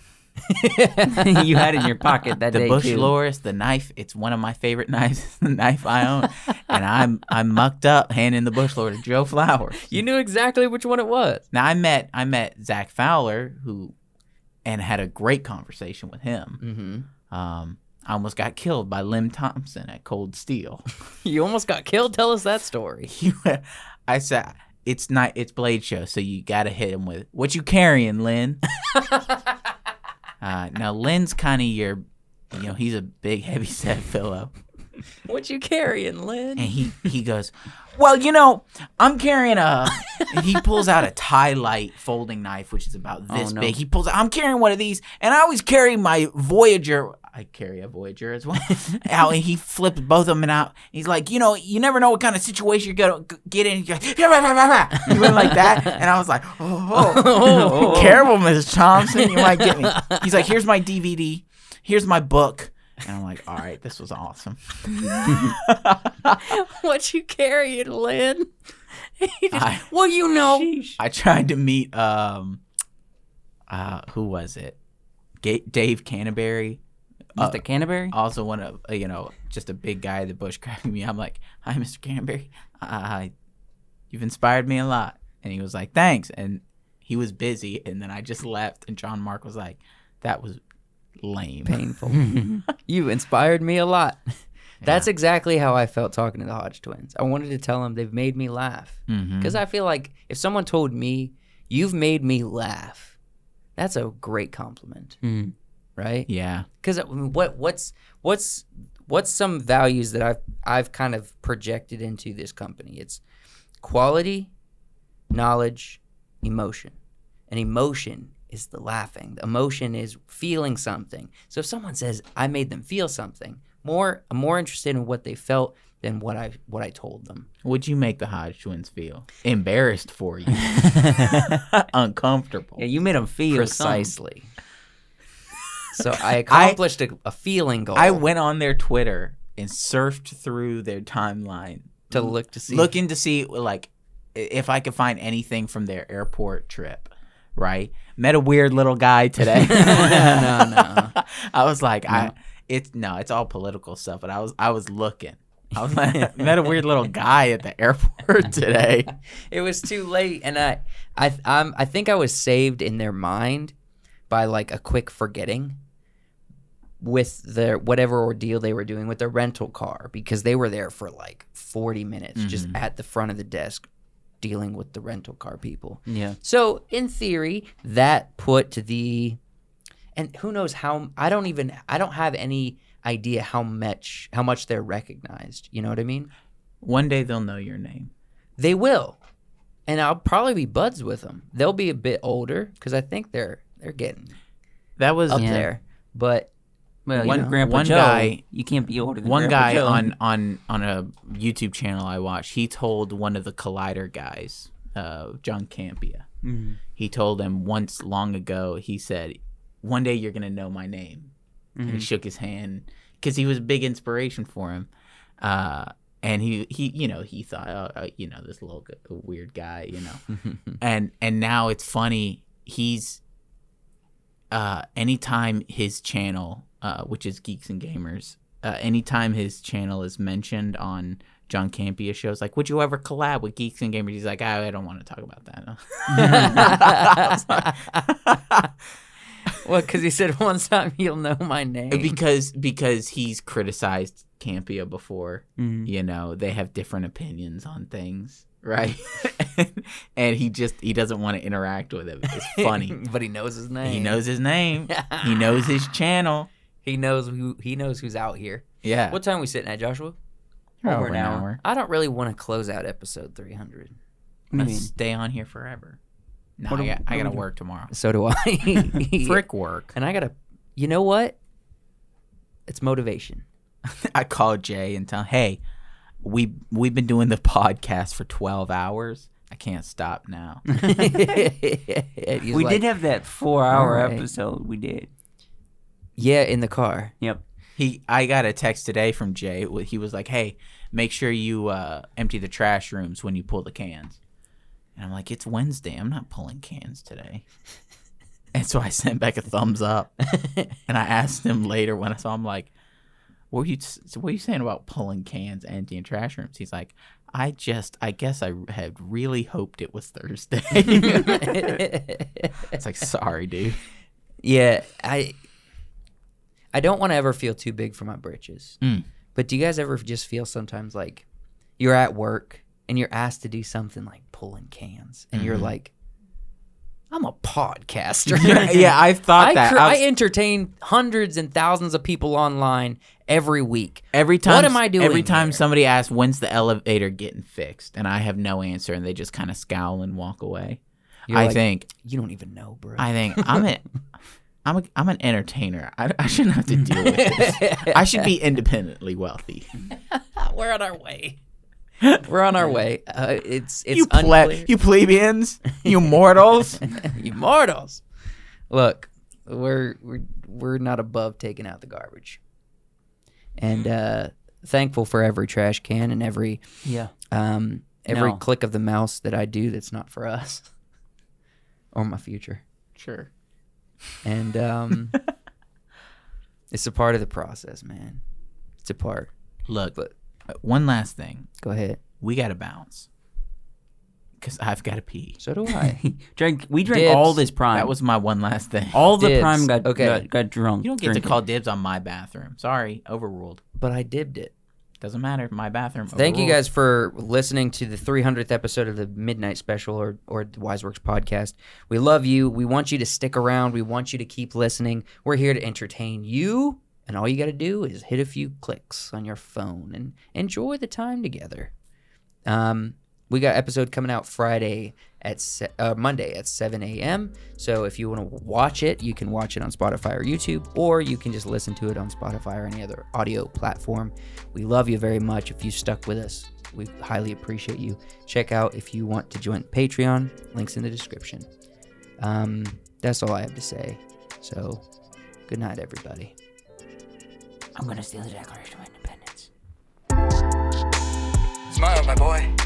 you had it in your pocket
[laughs]
that
The
day
bush
too.
lore is the knife. It's one of my favorite [laughs] knives. It's the knife I own, and I'm I mucked up handing the bush lore to Joe Flowers.
You knew exactly which one it was.
Now I met I met Zach Fowler who, and had a great conversation with him.
Mm-hmm.
Um, I almost got killed by Lim Thompson at Cold Steel. [laughs]
You almost got killed. Tell us that [laughs] story.
He- I said it's not it's Blade Show, so you gotta hit him with what you carrying, Lynn. uh, now Lynn's kind of your, you know, he's a big heavy set fellow.
What you carrying, Lynn?
and he he goes, "Well, you know, I'm carrying a." And he pulls out a tie light folding knife, which is about this
no.
big. He pulls out. I'm carrying one of these, and I always carry my Voyager. I carry a Voyager as well. out and he flips both of them and out. He's like, you know, you never know what kind of situation you're gonna g- get in. He's like, he went like that, and I was like, oh, oh, [laughs] careful, Miss Thompson, you might get me. He's like, here's my DVD, here's my book, and I'm like, all right, this was awesome.
[laughs] what you carrying, Lynn? [laughs] He just-
I-
well, you know,
I tried to meet um, uh, who was it? Ga Dave Canterbury.
Mr. Canterbury?
also one of uh, you know just a big guy in the bush [laughs] grabbing me. I'm like, "Hi, Mr. Canterbury. Uh, you've inspired me a lot." And he was like, "Thanks." And he was busy, and then I just left. And John Mark was like, "That was lame." [laughs]
painful. [laughs] you inspired me a [laughs] lot. That's exactly how I felt talking to the Hodge twins. I wanted to tell them they've made me laugh
Mm-hmm.
because I feel like if someone told me you've made me laugh, that's a great compliment,
Mm.
right?
Yeah,
Because what what's what's what's some values that I've I've kind of projected into this company? It's quality, knowledge, emotion, and emotion is the laughing. The emotion is feeling something. So if someone says I made them feel something, more I'm more interested in what they felt than what I what I told them.
would you make the Hodge twins feel embarrassed for [laughs] you, uncomfortable?
Yeah, you made him feel something.
Precisely. so I accomplished a a feeling goal.
I went on their Twitter and surfed through their timeline
to look to see
looking to see like i- if I could find anything from their airport trip. Right, met a weird little guy today.
[laughs] No, no.
[laughs] I was like, I it's no, it's all political stuff. But I was I was looking. I was like, [laughs] met a weird little guy at the [laughs]
[laughs]
airport today.
it was too late and i i I'm, i think i was saved in their mind by like a quick forgetting with their whatever ordeal they were doing with their rental car because they were there for like 40 minutes just at the front of the desk dealing with the rental car people
Yeah.
so in theory that put the and who knows how i don't even i don't have any idea how much how much they're recognized you know what i mean
One day they'll know your name.
they will, and I'll probably be buds with them. They'll be a bit older because I think they're they're getting
That was
up
Yeah.
there. But
Well,
One-
you know, Grandpa
one
Joe,
guy-
you can't be older than
one
Grandpa
guy
Joe.
on on on a YouTube channel I watched. He told one of the Collider guys, uh, John Campia.
Mhm.
He told him once long ago. He said, "One day you're gonna know my name." And he shook his hand because he was a big inspiration for him. Uh, and he, he, you know, he thought, oh, uh, you know, this little g- weird guy, you know, and and now it's funny. He's uh, anytime his channel, uh, which is Geeks and Gamers, uh, anytime his channel is mentioned on John Campia shows, like, would you ever collab with Geeks and Gamers? He's like, "Ah, I, I don't want to talk about that. [laughs] I was like-
what? Because he said [laughs] one time you'll know my name.
because because he's criticized Campia before.
Mhm.
You know, they have different opinions on things, [laughs] right? and he just he doesn't want to interact with him.
[laughs]
It's funny.
[laughs] but he knows his name.
he knows his name. he knows his channel.
[laughs] He knows who. He knows who's out here.
Yeah.
What time we sitting at, Joshua?
Over
Oh, an hour.
I don't really want to close out episode three hundred.
What do you
Let's
mean?
stay on here forever. No,
What
I,
do-
got,
what
I
do
gotta
we do?
work
[laughs]
tomorrow.
So do I.
Frick work. [laughs]
And I gotta. You know what? It's
[laughs]
motivation. [laughs]
I call Jay and tell him, hey, we we've been doing the [laughs] podcast for twelve hours. I can't stop now.
we
we did have that four-hour
Alright.
episode. We did.
Yeah, in the car.
Yep.
He, I got a text today from Jay. Wh- He was like, "Hey, make sure you uh, empty the trash rooms when you pull the cans." And I'm like, "It's Wednesday. I'm not pulling cans today." [laughs] and so I sent back a
[laughs]
thumbs up, and I asked him later when I saw him like, "What were you? s- What are you saying about pulling cans, emptying trash rooms?" He's like, "I just, I guess I had really hoped it was
[laughs]
Thursday." [laughs] it's like, sorry, dude.
[laughs]
[laughs]
yeah, I I don't want to ever feel too big for my britches.
Mm.
But do you guys ever just feel sometimes like you're at work and you're asked to do something like pulling cans and
Mm-hmm.
you're like I'm a podcaster.
[laughs] yeah, I thought
I,
that.
cr-
I
I,
was-
entertain hundreds and thousands of people online every week.
Every time,
am I doing
Every time
here?
somebody asks, "When's the elevator getting fixed?" and I have no answer, and they just kind of scowl and walk away.
You're
I
like,
think,
You don't even know, bro. [laughs]
I think I'm in. I'm a, I'm an entertainer. I, I shouldn't have to deal
[laughs]
with this. I should be independently wealthy.
We're on our way.
We're on our way. Uh, it's it's
you ple-
unclear.
you plebeians,
[laughs]
you mortals.
you mortals. Look, we're we're we're not above taking out the garbage, and uh, thankful for every trash can and every
[laughs] Yeah.
um, every
No.
click of the mouse that I do that's not for us [laughs] or my future.
sure.
And [laughs] um, it's a part of the process, man. It's a part.
Look,
But-
uh, one last thing.
Go ahead.
We got to bounce because I've got to pee.
So do I.
Drank. We drank
Dibs.
all this prime.
That was my one last thing.
all the
Dibs.
prime got,
Okay.
got got drunk.
you don't get to call dibs on my bathroom. Sorry, overruled.
[laughs] but I dibbed it.
Doesn't matter. My bathroom.
Thank you
overruled.
guys for listening to the 300th episode of the Midnight Special or, or the Wiseworks podcast. We love you. We want you to stick around. We want you to keep listening. We're here to entertain you. And all you got to do is hit a few clicks on your phone and enjoy the time together. Um, we got episode coming out Friday at se- uh, Monday at 7 a.m. So if you want to watch it, you can watch it on Spotify or YouTube, or you can just listen to it on Spotify or any other audio platform. We love you very much. If you stuck with us, we highly appreciate you. Check out if you want to join Patreon. Links in the description. Um, that's all I have to say. So good night, everybody.
I'm gonna steal the Declaration of Independence.
Smile, my boy.